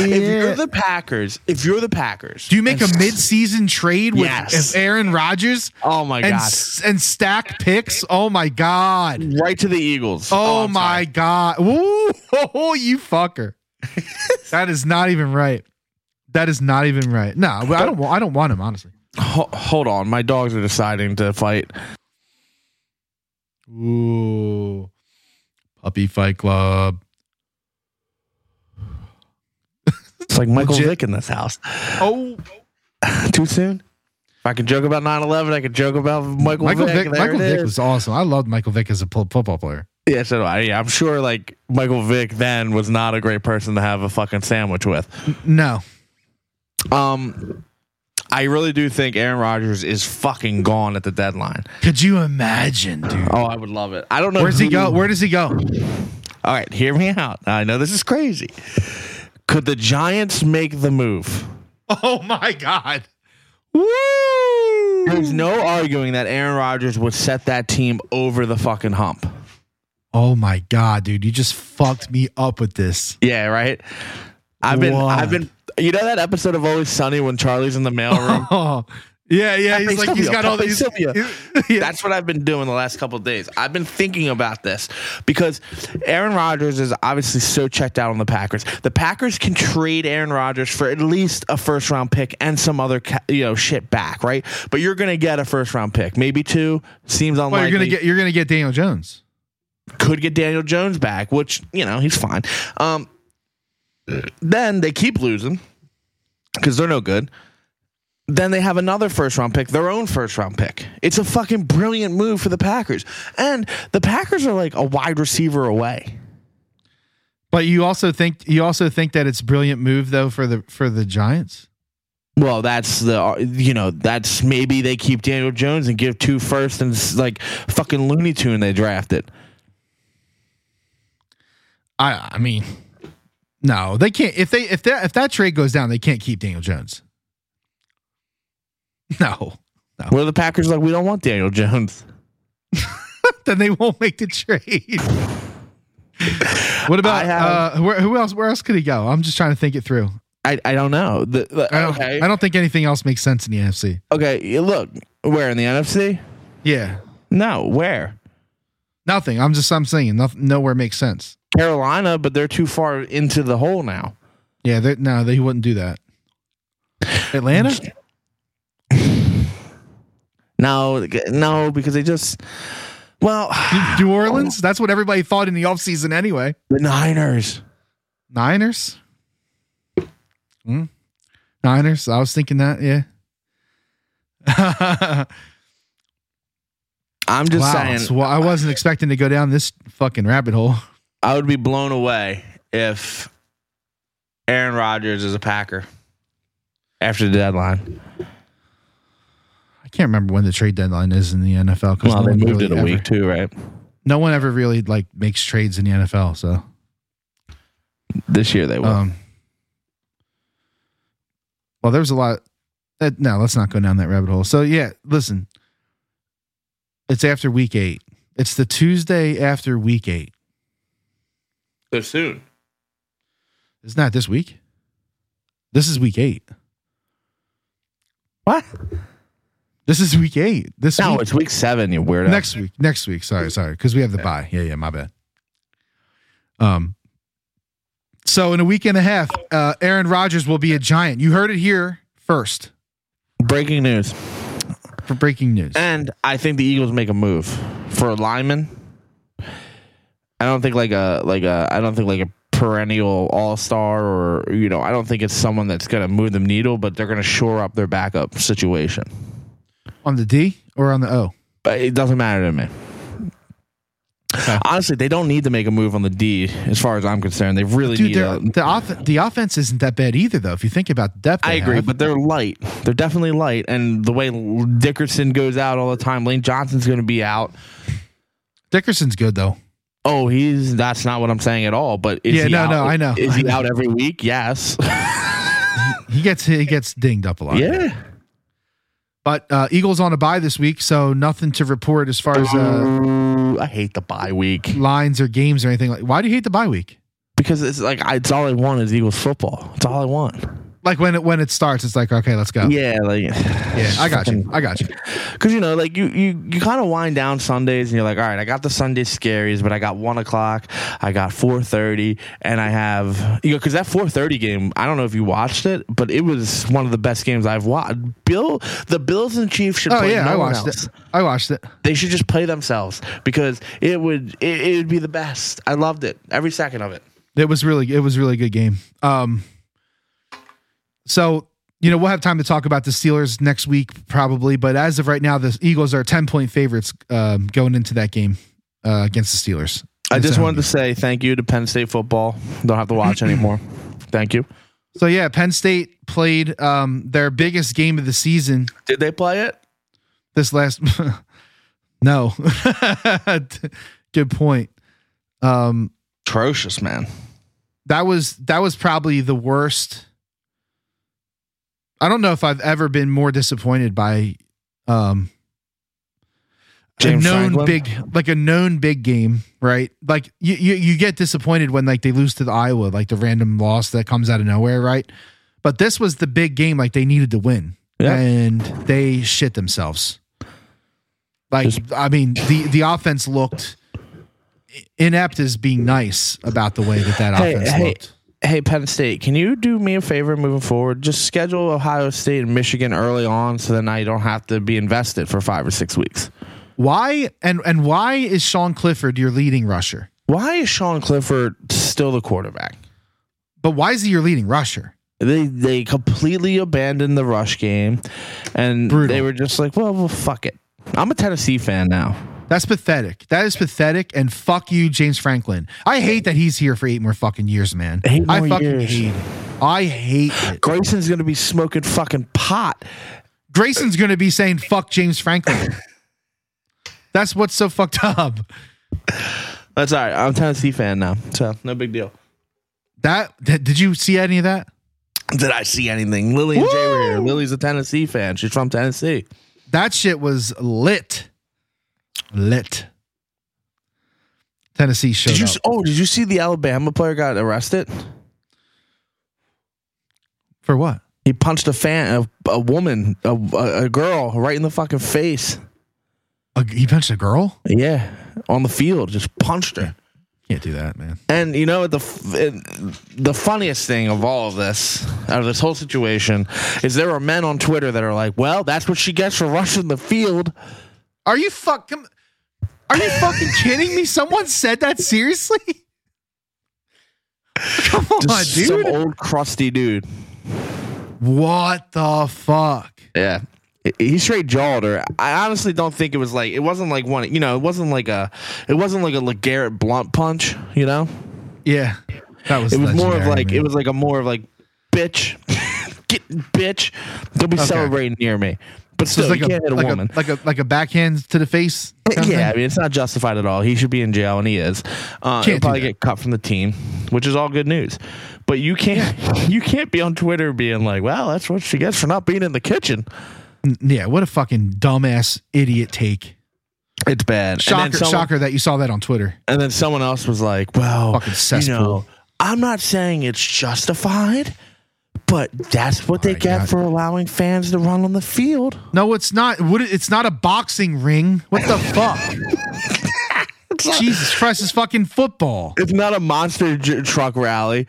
S3: If
S2: Yeah.
S3: you're the Packers, if you're the Packers,
S2: Do you make a mid-season trade with
S3: Yes.
S2: Aaron Rodgers?
S3: Oh my
S2: and,
S3: god!
S2: s- and stack picks. Oh my god.
S3: right to the Eagles.
S2: Oh,
S3: I'm
S2: my
S3: sorry.
S2: god. <laughs> Ooh, oh, you fucker. that is not even right. That is not even right. No, I don't. wa- I don't want him honestly.
S3: Ho- hold on, my dogs are deciding to fight.
S2: Ooh, puppy fight club.
S3: It's like Michael
S2: Legit.
S3: Vick in this house. <laughs>
S2: Oh,
S3: Too soon. If I could joke about 9-11, I could joke about Michael,
S2: Michael
S3: Vick.
S2: Vick.
S3: There
S2: Michael
S3: it
S2: Vick
S3: is.
S2: was awesome. I loved Michael Vick as a pl- football player.
S3: Yeah, so do I. Yeah, I'm sure like Michael Vick then was not a great person to have a fucking sandwich with.
S2: No,
S3: Um, I really do think Aaron Rodgers is fucking gone at the deadline.
S2: could you imagine, dude?
S3: Oh, I would love it. I don't know
S2: Where's he
S3: who-
S2: go? Where does he go? <laughs>
S3: All right, hear me out. I know this is crazy. Could the Giants make the move?
S2: Oh my god. Woo!
S3: There's no arguing that Aaron Rodgers would set that team over the fucking hump.
S2: Oh my god, dude, you just fucked me up with this. <laughs>
S3: Yeah, right. I've been,
S2: What?
S3: I've been. You know that episode of Always Sunny when Charlie's in the mailroom.
S2: Oh, yeah, yeah.
S3: Pepe
S2: He's like he's
S3: Sylvia,
S2: got all
S3: Pepe
S2: these.
S3: Sylvia.
S2: <laughs> Yeah.
S3: That's what I've been doing the last couple of days. I've been thinking about this because Aaron Rodgers is obviously so checked out on the Packers. The Packers can trade Aaron Rodgers for at least a first round pick and some other ca- you know shit back, right? But you're going to get a first round pick, maybe two. Seems unlikely.
S2: Well, you're gonna get you're gonna get Daniel Jones.
S3: could get Daniel Jones back, which you know he's fine. Um, then they keep losing because they're no good. Then they have another first round pick, their own first round pick. It's a fucking brilliant move for the Packers, and the Packers are like a wide receiver away.
S2: But you also think you also think that it's a brilliant move though for the for the Giants.
S3: Well, that's the you know that's maybe they keep Daniel Jones and give two first and s- like fucking Looney Tune they drafted.
S2: I I mean, no, they can't. If they if that if that trade goes down, they can't keep Daniel Jones. No, <laughs>
S3: Where the Packers like we don't want Daniel Jones.
S2: then they won't make the trade. <laughs> What about
S3: I have-
S2: uh, where, who else? Where else could he go? I'm just trying to think it through.
S3: I, I don't know. The, the-
S2: I don't,
S3: okay.
S2: I don't think anything else makes sense in the NFC.
S3: Okay, you look, where in the NFC?
S2: Yeah,
S3: No, where?
S2: nothing. I'm just I'm saying nothing, nowhere makes sense.
S3: Carolina, but they're too far into the hole now.
S2: Yeah, they're- no, they wouldn't do that. Atlanta?
S3: Mm. No, no, because they just well, <sighs>
S2: New Orleans? That's what everybody thought in the offseason anyway.
S3: the Niners.
S2: Niners? Hmm? Niners? I was thinking that, <laughs> yeah.
S3: I'm just
S2: wow.
S3: saying,
S2: Well, I wasn't expecting to go down this fucking rabbit hole.
S3: I would be blown away if Aaron Rodgers is a Packer after the deadline.
S2: I can't remember when the trade deadline is in the NFL because
S3: Well,
S2: no,
S3: they
S2: one
S3: moved
S2: really
S3: it a
S2: ever-
S3: week too, right?
S2: no one ever really like makes trades in the NFL. So
S3: This year they will.
S2: Um, well, there was a lot. That, no, let's not go down that rabbit hole. So yeah, listen. It's after week eight. It's the Tuesday after week eight.
S3: so soon.
S2: It's not this week. This is week eight.
S3: What?
S2: This is week eight. This
S3: No,
S2: week,
S3: it's week seven, you weirdo.
S2: next week. Next week. Sorry, sorry. Because we have the bye. Yeah, yeah. My bad. Um. So in a week and a half, uh, Aaron Rodgers will be a giant. You heard it here first
S3: breaking news.
S2: for breaking news.
S3: And I think the Eagles make a move for a lineman. I don't think like a like a I don't think like a perennial all star or you know I don't think it's someone that's gonna move the needle, but they're gonna shore up their backup situation.
S2: On the D or on the O?
S3: But it doesn't matter to me. Honestly, they don't need to make a move on the D. As far as I'm concerned, they really
S2: Dude,
S3: need. uh,
S2: they're-
S3: A,
S2: the off- the offense isn't that bad either, though. If you think about the depth,
S3: I
S2: they
S3: agree,
S2: have.
S3: but they're light. They're definitely light, and the way Dickerson goes out all the time, Lane Johnson's going to be out.
S2: Dickerson's good though.
S3: Oh, he's that's not what I'm saying at all. But is
S2: Yeah,
S3: he
S2: no,
S3: out,
S2: no, I know.
S3: Is
S2: I
S3: he
S2: know.
S3: out every week? Yes.
S2: He gets he gets dinged up a lot.
S3: yeah.
S2: But uh, Eagles on a bye this week, so nothing to report as far as uh,
S3: Ooh, I hate the bye week
S2: lines or games or anything. Like, why do you hate the bye week?
S3: because it's like I, it's all I want is Eagles football. It's all I want.
S2: Like when it when it starts, it's like okay, let's go.
S3: Yeah, like
S2: Yeah,
S3: <sighs>
S2: I got you. I got you.
S3: Because you know, like you you you kind of wind down Sundays, and you're like, all right, I got the Sunday scaries, but I got one o'clock, I got four thirty, and I have you know, because that four thirty game, I don't know if you watched it, but it was one of the best games I've watched. Bill, the Bills and Chiefs should
S2: Oh
S3: play
S2: yeah,
S3: no
S2: I
S3: one
S2: watched
S3: else.
S2: it. I watched it.
S3: They should just play themselves because it would it, it would be the best. I loved it every second of it.
S2: It was really it was a really good game. Um, so you know we'll have time to talk about the Steelers next week probably, but as of right now, the Eagles are ten point favorites um, going into that game uh, against the Steelers.
S3: I
S2: It's
S3: just
S2: a home
S3: wanted to
S2: game.
S3: say thank you to Penn State football. Don't have to <laughs> watch anymore. Thank you.
S2: So yeah, Penn State played um, their biggest game of the season
S3: Did they play it?
S2: this last. <laughs> no, <laughs> good point. Um,
S3: Atrocious, man.
S2: that was that was probably the worst. I don't know if I've ever been more disappointed by um,
S3: James
S2: a known
S3: Franklin?
S2: big like a known big game, right? Like you, you you get disappointed when like they lose to the Iowa, like the random loss that comes out of nowhere, right? But this was the big game, like they needed to win,
S3: Yeah.
S2: and they shit themselves. Like
S3: Just-
S2: I mean, the the offense looked inept as being nice about the way that that
S3: Hey,
S2: offense
S3: hey.
S2: looked.
S3: Hey, Penn State, can you do me a favor moving forward? Just schedule Ohio State and Michigan early on so then I don't have to be invested for five or six weeks.
S2: Why and and why is Sean Clifford your leading rusher?
S3: Why is Sean Clifford still the quarterback?
S2: But why is he your leading rusher?
S3: They they completely abandoned the rush game and
S2: Brutal.
S3: they were just like, well, well, fuck it. I'm a Tennessee fan now.
S2: That's pathetic. That is pathetic. And fuck you, James Franklin. I hate that he's here for eight more fucking years, man.
S3: Eight
S2: I
S3: more
S2: fucking
S3: years.
S2: hate it. I hate it.
S3: Grayson's going to be smoking fucking pot.
S2: Grayson's gonna be saying fuck James Franklin. That's what's so fucked up.
S3: That's all right. I'm a Tennessee fan now. So no big deal.
S2: That th- did you see any of that?
S3: Did I see anything? Lily and Jay were here. Lily's a Tennessee fan. She's from Tennessee.
S2: That shit was lit. Lit. Tennessee showed
S3: Did you?
S2: up.
S3: s- Oh, did you see the Alabama player got arrested?
S2: for what?
S3: He punched a fan, a, a woman, a, a, a girl, right in the fucking face.
S2: A, he punched a girl?
S3: Yeah, on the field, just punched her.
S2: Can't do that, man.
S3: And you know the f- it, the funniest thing of all of this, out of this whole situation, is there are men on Twitter that are like, "Well, that's what she gets for rushing the field."
S2: Are you fucking? Are you fucking kidding me? Someone said that seriously? <laughs> Come on,
S3: Just
S2: dude.
S3: some old crusty dude.
S2: what the fuck?
S3: Yeah. He straight jawed her. I honestly don't think it was like it wasn't like one. You know, it wasn't like a it wasn't like a LeGarrette Blunt punch. You know,
S2: Yeah, that was.
S3: it was more of
S2: legendary,
S3: like
S2: man.
S3: it was like a more of like bitch, <laughs> get bitch. Don't be
S2: Okay.
S3: celebrating near me. But
S2: So
S3: still,
S2: it's
S3: you
S2: like
S3: can't hit
S2: a,
S3: a
S2: like
S3: woman.
S2: a like a like a backhand to the face. kind of
S3: yeah, I
S2: thing?
S3: mean it's not justified at all. He should be in jail, and he is. Uh,
S2: Can't do
S3: he'll probably
S2: that.
S3: get cut from the team, which is all good news. But you can't <laughs> you can't be on Twitter being like, "Well, that's what she gets for not being in the kitchen."
S2: yeah. What a fucking dumbass idiot take.
S3: It's bad.
S2: Shocker, shocker that you saw that on Twitter.
S3: And then someone else was like, "Well,
S2: Fucking
S3: you
S2: cesspool.
S3: know, I'm not saying it's justified, But that's what they
S2: my
S3: get
S2: God.
S3: for allowing fans to run on the field.
S2: No, it's not. What? It's not a boxing ring. What the
S3: <laughs>
S2: fuck? Jesus Christ! It's fucking football. <laughs>
S3: It's not a monster j- truck rally.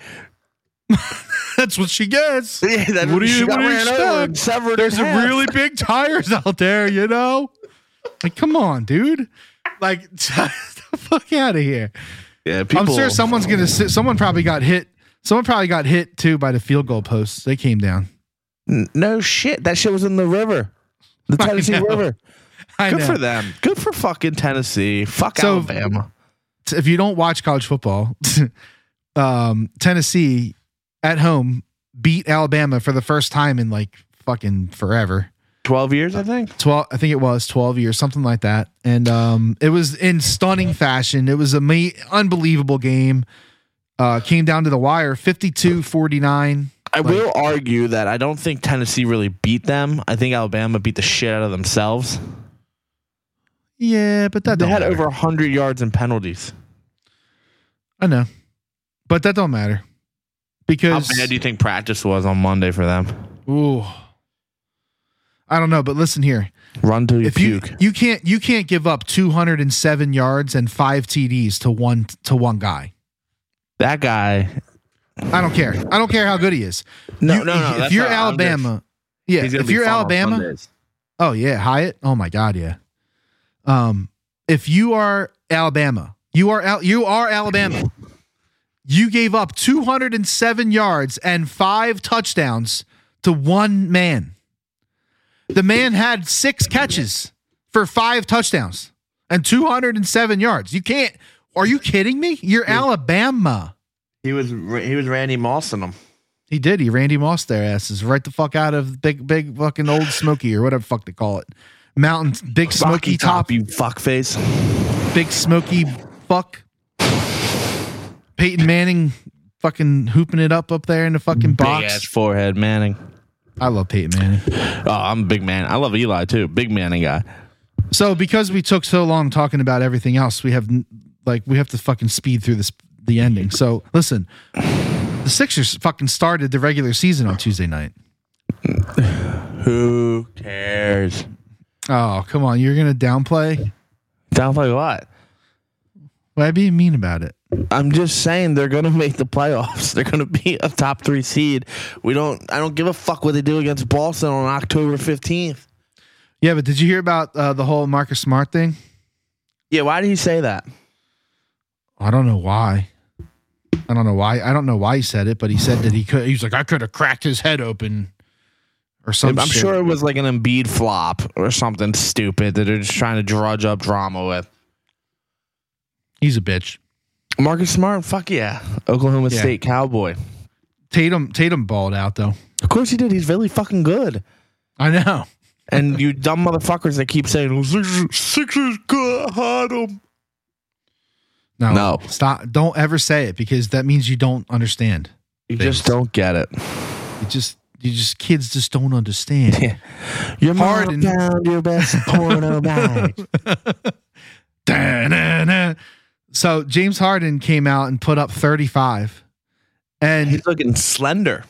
S2: That's what she gets.
S3: Yeah, that-
S2: what do
S3: she
S2: you,
S3: got
S2: what do you
S3: ran over and
S2: expect?
S3: severed
S2: There's
S3: in
S2: some
S3: half.
S2: really big tires out there, you know. Like, come on, dude. Like, <laughs> the fuck out of here.
S3: Yeah, people.
S2: I'm sure someone's gonna. Sit, someone probably got hit. Someone probably got hit too by the field goal posts. They came down.
S3: No shit. That shit was in the river, the
S2: <laughs> I
S3: Tennessee
S2: know.
S3: River.
S2: I
S3: Good
S2: know.
S3: for them. Good for fucking Tennessee. Fuck
S2: So-
S3: Alabama.
S2: If you don't watch college football, <laughs> um, Tennessee at home beat Alabama for the first time in like fucking forever.
S3: Twelve years, I think.
S2: 12 i think it was 12 years something like that and um it was in stunning fashion it was a ma- unbelievable game uh came down to the wire 52 49
S3: I will argue that I don't think Tennessee really beat them. I think Alabama beat the shit out of themselves.
S2: yeah but that
S3: They
S2: don't
S3: had
S2: matter.
S3: over 100 yards in penalties.
S2: i know but that don't matter
S3: How
S2: because
S3: bad do you think practice was on Monday for them?
S2: Ooh. i don't know but listen here
S3: Run till you
S2: if you
S3: puke.
S2: you can't you can't give up 207 yards and 5 TDs to one to one guy
S3: that guy.
S2: i don't care i don't care how good he is
S3: No,
S2: You-
S3: no, no.
S2: if
S3: that's
S2: you're
S3: not- I'm just-
S2: alabama yeah
S3: he's gonna
S2: if
S3: be
S2: you're
S3: fun on
S2: alabama
S3: Sundays.
S2: Oh yeah, Hyatt. Oh my God, yeah. Um, if you are Alabama, you are Al- you are Alabama. You gave up 207 yards and five touchdowns to one man. The man had six catches for five touchdowns and 207 yards. You can't. Are you kidding me? You're Alabama.
S3: he was he was Randy Moss in them.
S2: He did. He Randy Moss their asses right the fuck out of big big fucking old Smoky or whatever the fuck they call it. Mountain big Smoky top
S3: you fuckface.
S2: big smoky fuck. Peyton Manning fucking hooping it up up there in the fucking
S3: Big ass
S2: box.
S3: forehead, Manning.
S2: I love Peyton Manning.
S3: Oh, I'm a big man. I love Eli too. Big Manning guy.
S2: So because we took so long talking about everything else, we have n- like we have to fucking speed through this the ending. So listen, the Sixers fucking started the regular season on Tuesday night.
S3: Who cares?
S2: Oh come on, you're gonna downplay?
S3: Sounds like a lot.
S2: Why are you being mean about it?
S3: I'm just saying they're gonna make the playoffs. <laughs> They're gonna be a top three seed. We don't. I don't give a fuck what they do against Boston on October 15th.
S2: Yeah, but did you hear about uh, the whole Marcus Smart thing?
S3: Yeah, why did he say that?
S2: I don't know why. I don't know why. I don't know why he said it, but he said that he could. He was like, I could have cracked his head open, or
S3: I'm,
S2: something.
S3: sure it was like an Embiid flop or something stupid that they're just trying to drudge up drama with.
S2: he's a bitch.
S3: Marcus Smart, fuck yeah, Oklahoma
S2: Yeah.
S3: State Cowboy.
S2: Tatum Tatum balled out though.
S3: Of course he did. He's really fucking good.
S2: I know.
S3: And you dumb motherfuckers that keep saying "Oh, Sixers, Sixers got him.
S2: No,
S3: No.
S2: Stop. Don't ever say it because that means you don't understand.
S3: You
S2: Thanks.
S3: just don't get it.
S2: You just you just kids just don't understand.
S3: <laughs> Your
S2: mom
S3: mom
S2: Harden.
S3: found your best <laughs> porno bag.
S2: <laughs> Da-na-na. So James Harden came out and put up 35, and
S3: He's looking slender.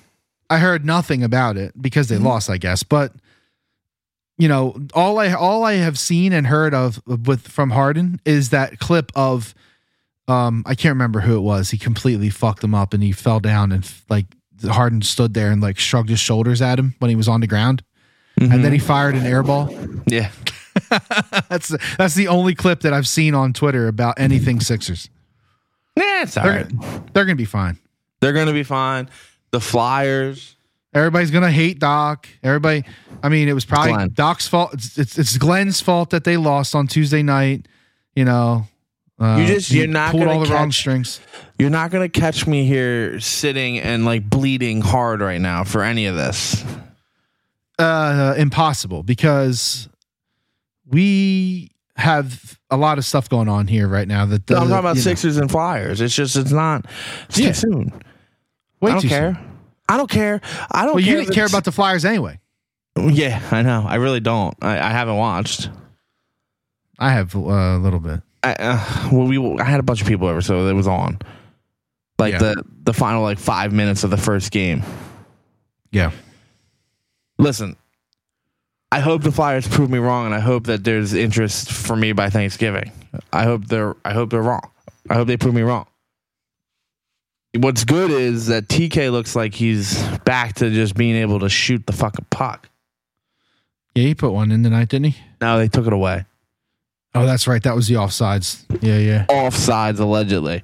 S2: I heard nothing about it because they lost, I guess. But you know, all I all I have seen and heard of with from Harden is that clip of um I can't remember who it was. He completely fucked him up and he fell down and like Harden stood there and like shrugged his shoulders at him when he was on the ground. And then he fired an air ball. <laughs>
S3: Yeah.
S2: that's that's the only clip that I've seen on Twitter about anything Sixers.
S3: Yeah, it's all
S2: They're, they're gonna be fine.
S3: They're going to be fine. The Flyers.
S2: Everybody's gonna hate Doc. Everybody, I mean, it was probably
S3: Glenn.
S2: Doc's fault. It's, it's it's Glenn's fault that they lost on Tuesday night. You know, uh,
S3: You just-
S2: he
S3: you're not
S2: pulled
S3: gonna
S2: all the wrong
S3: catch-
S2: strings.
S3: You're not going to catch me here sitting and like bleeding hard right now for any of this.
S2: Uh, impossible because we have a lot of stuff going on here right now. That
S3: No, I'm talking about
S2: you know,
S3: Sixers and Flyers. It's just, it's not. It's
S2: Yeah.
S3: too soon.
S2: way
S3: I don't
S2: too
S3: care.
S2: soon.
S3: I don't care. I don't
S2: Well,
S3: care.
S2: you didn't
S3: that
S2: care
S3: it's-
S2: about the Flyers anyway.
S3: Yeah, I know. I really don't. I, I haven't watched.
S2: I have uh, a little bit.
S3: I, uh, well, we I had a bunch of people over, so it was on. Like
S2: Yeah.
S3: the the final like five minutes of the first game.
S2: Yeah.
S3: Listen, I hope the Flyers prove me wrong, and I hope that there's interest for me by Thanksgiving. I hope they're I hope they're wrong. I hope they prove me wrong. What's good is that TK looks like he's back to just being able to shoot the fucking puck.
S2: Yeah, he put one in the night, didn't he?
S3: No, they took it away.
S2: Oh, that's right. That was the offsides. Yeah, yeah.
S3: Offsides allegedly.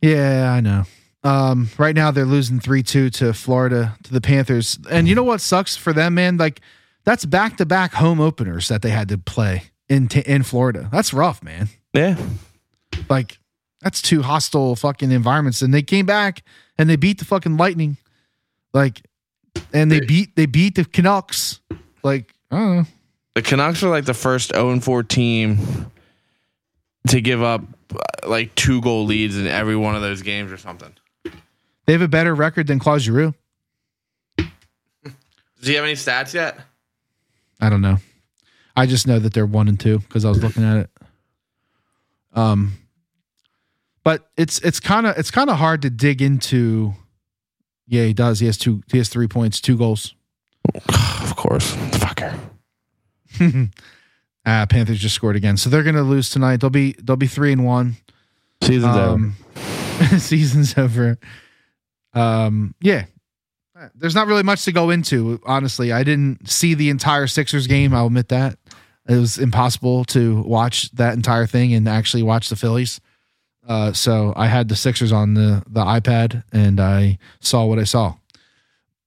S2: Yeah, I know. Um, right now they're losing three two to Florida to the Panthers, and you know what sucks for them, man? Like that's back to back home openers that they had to play in t- in Florida. That's rough, man.
S3: Yeah.
S2: Like that's two hostile fucking environments, and they came back and they beat the fucking Lightning, like, and they beat they beat the Canucks. Like I don't know.
S3: The Canucks are like the first 0 4 team to give up uh, like two goal leads in every one of those games or something.
S2: They have a better record than Claude Giroux.
S3: Does he have any stats yet?
S2: I don't know. I just know that they're one and two because I was looking at it. Um, but it's it's kind of it's kind of hard to dig into. Yeah, he does. He has two. He has three points, two goals.
S3: <sighs> Of course. Fucker.
S2: Ah, Panthers just scored again, so they're gonna lose tonight. They'll be they'll be three and one.
S3: Season's over.
S2: Um, <laughs> season's over. Um, yeah. Uh, There's not really much to go into, honestly. I didn't see the entire Sixers game. I'll admit that it was impossible to watch that entire thing and actually watch the Phillies. Uh, so I had the Sixers on the the iPad and I saw what I saw.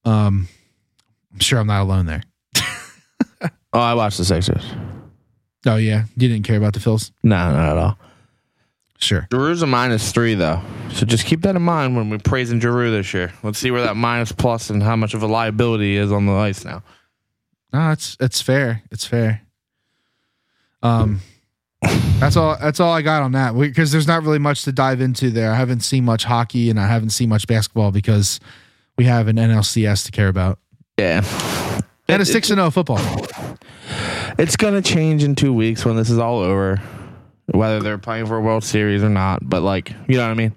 S2: Um, I'm sure I'm not alone there.
S3: Oh, I watched the Sixers.
S2: Oh yeah, you didn't care about the Phils?
S3: No, not at all.
S2: Sure.
S3: Giroux's a minus three though, so just keep that in mind when we're praising Giroux this year. Let's see where that minus plus and how much of a liability he is on the ice now.
S2: No, it's it's fair. It's fair. Um, that's all. That's all I got on that because there's not really much to dive into there. I haven't seen much hockey and I haven't seen much basketball because we have an NLCS to care about
S3: Yeah,
S2: and a six and zero football.
S3: it's gonna change in two weeks when this is all over, whether they're playing for a World Series or not. But like, you know what I mean?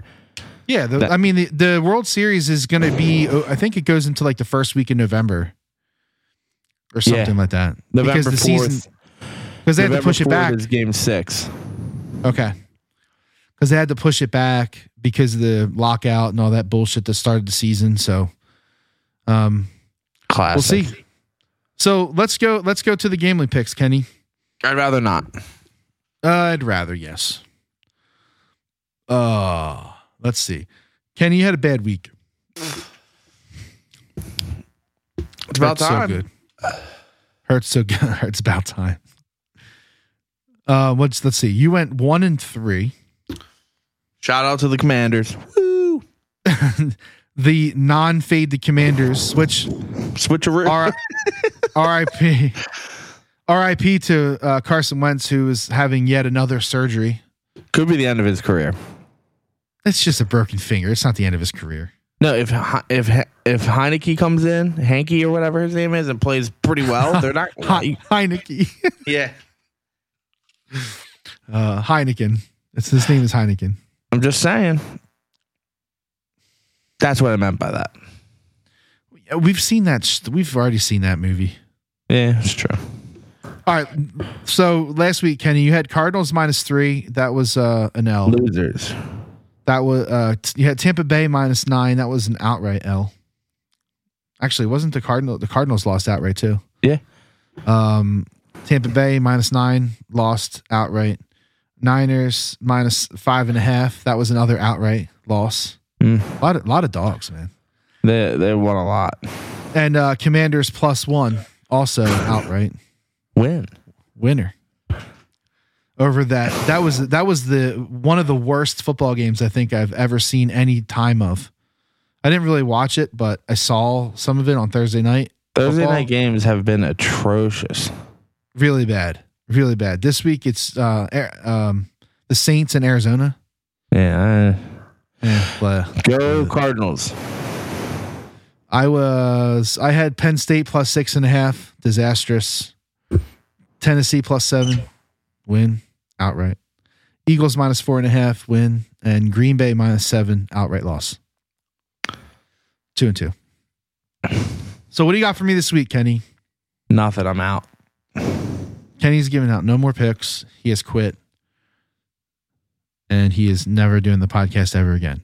S2: Yeah, the,
S3: That-
S2: I mean the, the World Series is going to be. oh, I think it goes into like the first week in November or
S3: Yeah.
S2: something like that.
S3: November
S2: because the
S3: fourth.
S2: season because they had to
S3: November
S2: push it
S3: 4th
S2: back.
S3: Is game six.
S2: Okay. Because they had to push it back because of the lockout and all that bullshit that started the season. So, um,
S3: Classic.
S2: we'll see. So let's go. Let's go to the gamely picks, Kenny.
S3: I'd rather not.
S2: I'd rather yes. Uh let's see. Kenny, you had a bad week.
S3: It's about
S2: Hurts
S3: time.
S2: So good. Hurts so good. <laughs> Hurts about time. Uh, what's let's see. You went one and three.
S3: Shout out to the Commanders. Woo!
S2: the non-fade the commanders, which
S3: Switcheroo.
S2: R- RIP. RIP to uh, Carson Wentz, who is having yet another surgery.
S3: Could be the end of his career.
S2: It's just a broken finger. It's not the end of his career.
S3: No, if Hi- if He- if Heineke comes in, Hanky or whatever his name is, and plays pretty well, they're
S2: <laughs>
S3: not.
S2: He- Heineke.
S3: yeah,
S2: <laughs> Uh, Heineken. It's, his name is Heineken.
S3: I'm just saying. That's what I meant by that.
S2: Yeah, We've seen that. st- We've already seen that movie.
S3: Yeah, it's true.
S2: All right. So last week, Kenny, you had Cardinals minus three. That was uh, an L.
S3: Losers.
S2: That was uh, t- you had Tampa Bay minus nine. That was an outright L. Actually, wasn't the Cardinal the Cardinals lost outright too?
S3: Yeah.
S2: Um, Tampa Bay minus nine lost outright. Niners minus five and a half. That was another outright loss.
S3: Mm.
S2: A lot of lot of dogs, man.
S3: They they won a lot.
S2: And uh, Commanders plus one also outright
S3: Win.
S2: winner over that. That was that was the one of the worst football games I think I've ever seen any time of. I didn't really watch it, but I saw some of it on Thursday night.
S3: Thursday
S2: Football.
S3: night games have been atrocious.
S2: Really bad, really bad. This week it's uh, Ar- um, the Saints in Arizona. uh,
S3: Yeah.
S2: Yeah, blah.
S3: Go Cardinals.
S2: I was I had Penn State plus six and a half, disastrous. Tennessee plus seven, win outright. Eagles minus four and a half, win, and Green Bay minus seven, outright loss. Two and two. So what do you got for me this week, Kenny?
S3: Nothing. I'm out.
S2: Kenny's giving out no more picks. He has quit. And he is never doing the podcast ever again.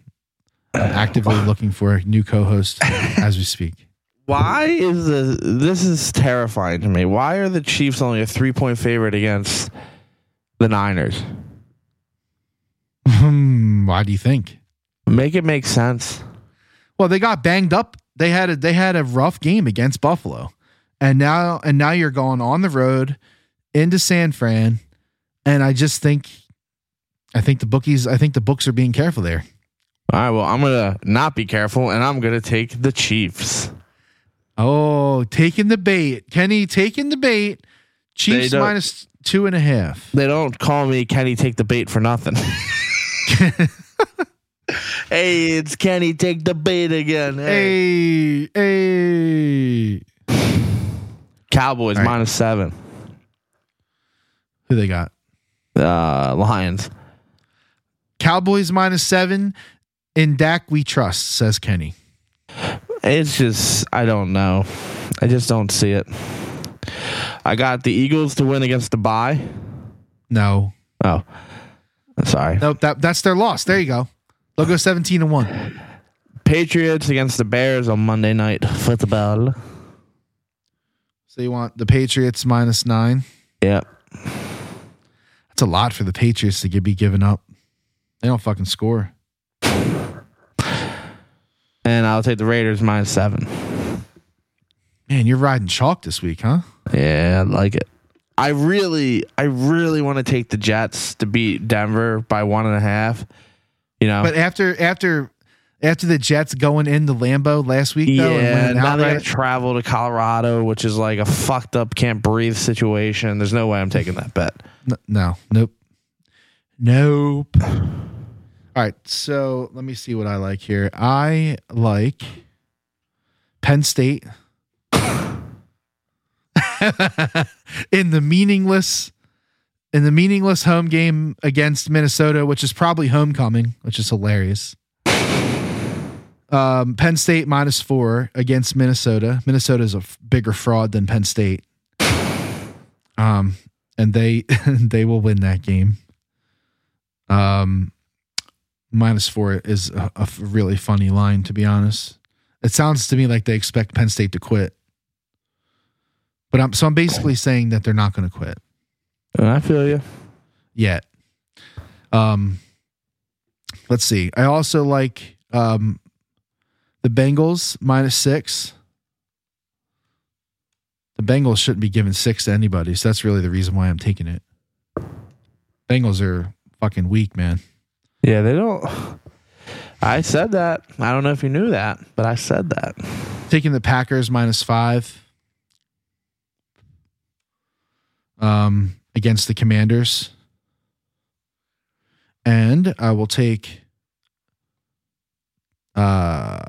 S2: I'm actively looking for a new co-host as we speak.
S3: Why is the this is terrifying to me? Why are the Chiefs only a three point favorite against the Niners?
S2: Hmm, Why do you think?
S3: Make it make sense.
S2: Well, they got banged up. They had a they had a rough game against Buffalo. And now and now you're going on the road into San Fran. And I just think I think the bookies I think the books are being careful there.
S3: All right. Well, I'm gonna not be careful, and I'm gonna take the Chiefs.
S2: Oh, taking the bait. Kenny taking the bait. Chiefs
S3: don't-
S2: minus two and a half.
S3: They don't call me Kenny. Take the bait for nothing. <laughs> hey, it's Kenny. Take the bait again. Hey,
S2: Hey, hey.
S3: Cowboys
S2: All right.
S3: minus seven.
S2: Who they got?
S3: Uh, Lions.
S2: Cowboys minus seven. In Dak, we trust, says Kenny.
S3: It's just I don't know. I just don't see it. I got the Eagles to win against the bye.
S2: No.
S3: Oh, sorry.
S2: Nope. That, that's their loss. There you go. They'll go 17 and one.
S3: Patriots against the Bears on Monday night football.
S2: So you want the Patriots minus nine?
S3: Yep.
S2: That's a lot for the Patriots to gi- be giving up. They don't fucking score.
S3: And I'll take the Raiders minus seven.
S2: Man, you're riding chalk this week, huh?
S3: Oh. Yeah, I like it. I really, I really want to take the Jets to beat Denver by one and a half. You know,
S2: But after after after the Jets going into Lambeau last week, though, and
S3: yeah.
S2: winning
S3: Now they got to
S2: outright,
S3: travel to Colorado, which is like a fucked up, can't breathe situation. There's no way I'm taking that bet.
S2: N- no, nope, nope. All right, so let me see what I like here. I like Penn State <laughs> in the meaningless in the meaningless home game against Minnesota, which is probably homecoming, which is hilarious. Um, Penn State minus four against Minnesota. Minnesota is a f- bigger fraud than Penn State. Um, and they <laughs> they will win that game. Um, minus four is a, a f- really funny line, to be honest. It sounds to me like they expect Penn State to quit, but I'm so I'm basically saying that they're not going to quit
S3: I feel you.
S2: yet. Um, let's see. I also like um, the Bengals minus six. The Bengals shouldn't be giving six to anybody, so that's really the reason why I'm taking it. Bengals are fucking weak, man.
S3: Yeah, they don't. I said that. I don't know if you knew that, but I said that.
S2: Taking the Packers minus five um, against the Commanders. And I will take uh,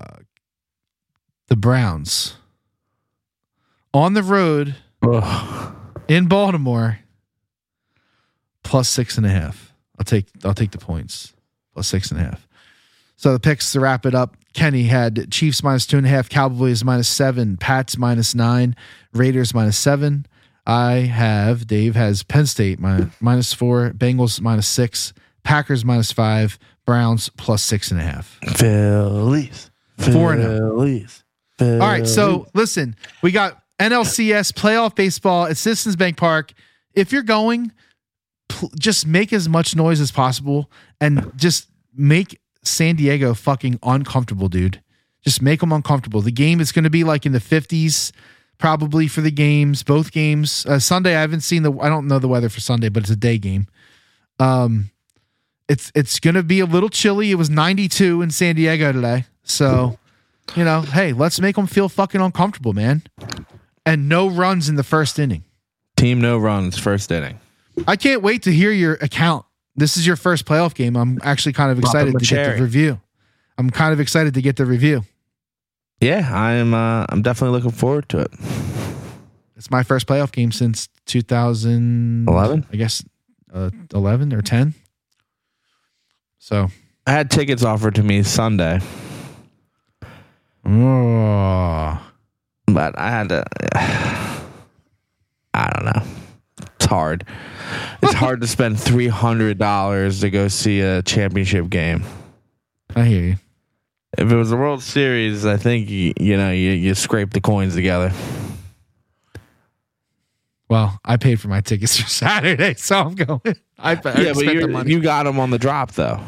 S2: the Browns on the road in Baltimore plus six and a half. I'll take I'll take the points plus six and a half. So the picks to wrap it up. Kenny had Chiefs minus two and a half, Cowboys minus seven, Pats minus nine, Raiders minus seven. I have Dave has Penn State mi- minus four, Bengals minus six, Packers minus five, Browns plus six and a half.
S3: Phillies.
S2: Four and oh.
S3: Phillies.
S2: All right. So listen, we got NLCS playoff baseball at Citizens Bank Park. If you're going, pl- just make as much noise as possible and just make San Diego fucking uncomfortable, dude. Just make them uncomfortable. The game is going to be like in the 50s probably for the games, both games. Uh, Sunday I haven't seen the I don't know the weather for Sunday, but it's a day game. Um it's it's going to be a little chilly. It was 92 in San Diego today. So, you know, hey, let's make them feel fucking uncomfortable, man. And no runs in the first inning.
S3: team no runs, first inning.
S2: I can't wait to hear your account. This is your first playoff game. I'm actually kind of
S3: Pop 'em
S2: excited
S3: a
S2: to get
S3: cherry.
S2: the review. I'm kind of excited to get the review.
S3: Yeah, I'm. Uh, I'm definitely looking forward to it.
S2: It's my first playoff game since 2011,
S3: 11?
S2: I guess, uh, 11 or 10. So,
S3: I had tickets offered to me Sunday.
S2: oh,
S3: but I had to. <sighs> I don't know. It's hard. <laughs> It's hard to spend three hundred dollars to go see a championship game.
S2: I hear you.
S3: If it was a World Series, I think you, you know you you scrape the coins together.
S2: Well, I paid for my tickets for <laughs> Saturday, so I'm going. I, I
S3: yeah, but
S2: spent the
S3: you're-
S2: money.
S3: you got them on the drop though.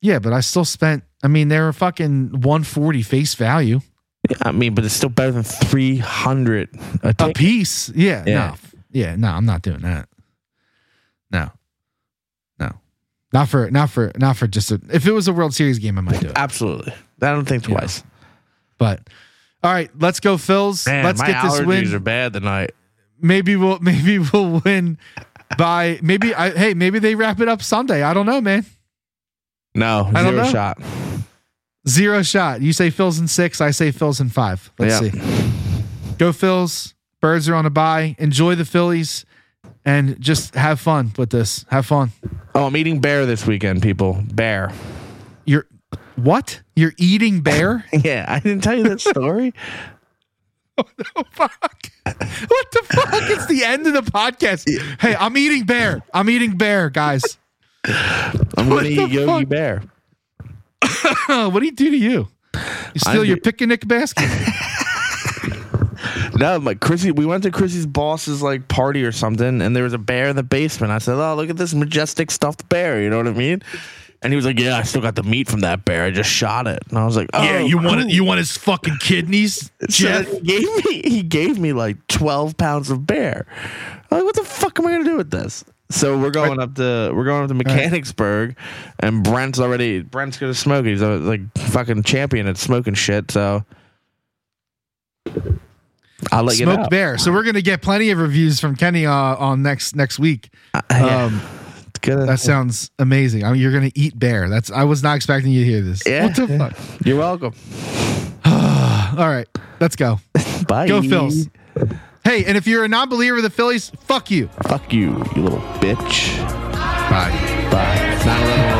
S2: yeah, but I still spent. I mean, they were fucking 140 face value
S3: Yeah, I mean, but it's still better than three hundred a
S2: a
S3: ticket.
S2: piece. Yeah,
S3: Yeah.
S2: no, yeah, no, I'm not doing that. No, no, not for, not for, not for just a. If it was a World Series game, I
S3: <laughs>
S2: might do it.
S3: Absolutely, I don't think
S2: Yeah.
S3: twice.
S2: But all right, let's go, Phils.
S3: Man,
S2: let's
S3: my
S2: get this
S3: allergies
S2: win.
S3: are bad tonight.
S2: maybe we'll, maybe <laughs> we'll win by maybe. I hey, maybe they wrap it up Sunday. I don't know, man.
S3: No,
S2: I don't
S3: zero
S2: know.
S3: shot.
S2: Zero shot. You say Phils in six. I say Phils in five. Let's
S3: Yeah.
S2: see. Go Phils. Birds are on a bye. Enjoy the Phillies and just have fun with this. Have fun.
S3: Oh, I'm eating bear this weekend, people. Bear.
S2: You're what? You're eating bear?
S3: <laughs>
S2: <laughs>
S3: Yeah, I didn't tell you that story.
S2: oh, fuck. What the fuck? It's the end of the podcast. Hey, I'm eating bear. I'm eating bear, <laughs> guys.
S3: <laughs> I'm
S2: What
S3: gonna
S2: the
S3: eat Yogi
S2: fuck?
S3: Bear.
S2: what do you do to you? You steal your
S3: do-
S2: picnic basket? <laughs>
S3: No, like Chrissy, we went to Chrissy's boss's like party or something, and there was a bear in the basement. I said, "Oh, look at this majestic stuffed bear." You know what I mean? And he was like, "Yeah, I still got the meat from that bear. I just shot it." And I was like, "Oh, cool."
S2: want his fucking <laughs> kidneys,
S3: <laughs> So then he gave me he gave me like twelve pounds of bear. I'm like, what the fuck am I gonna do with this? So we're going up to we're going up to Mechanicsburg, and Brent's already Brent's gonna smoke. it. He's a, like fucking champion at smoking shit. So I'll let you know.
S2: Smoked bear. So we're gonna get plenty of reviews from Kenny uh, on next next week.
S3: yeah.
S2: Um,
S3: It's gonna-
S2: That sounds amazing. I mean, you're gonna eat bear. That's I was not expecting you to hear this.
S3: Yeah.
S2: What the
S3: Yeah.
S2: fuck?
S3: You're welcome.
S2: All right, let's go.
S3: Bye.
S2: Go Phils. Hey, and if you're a non-believer of the Phillies, fuck you.
S3: Fuck you, you little bitch.
S2: Bye.
S3: Bye. 9/11.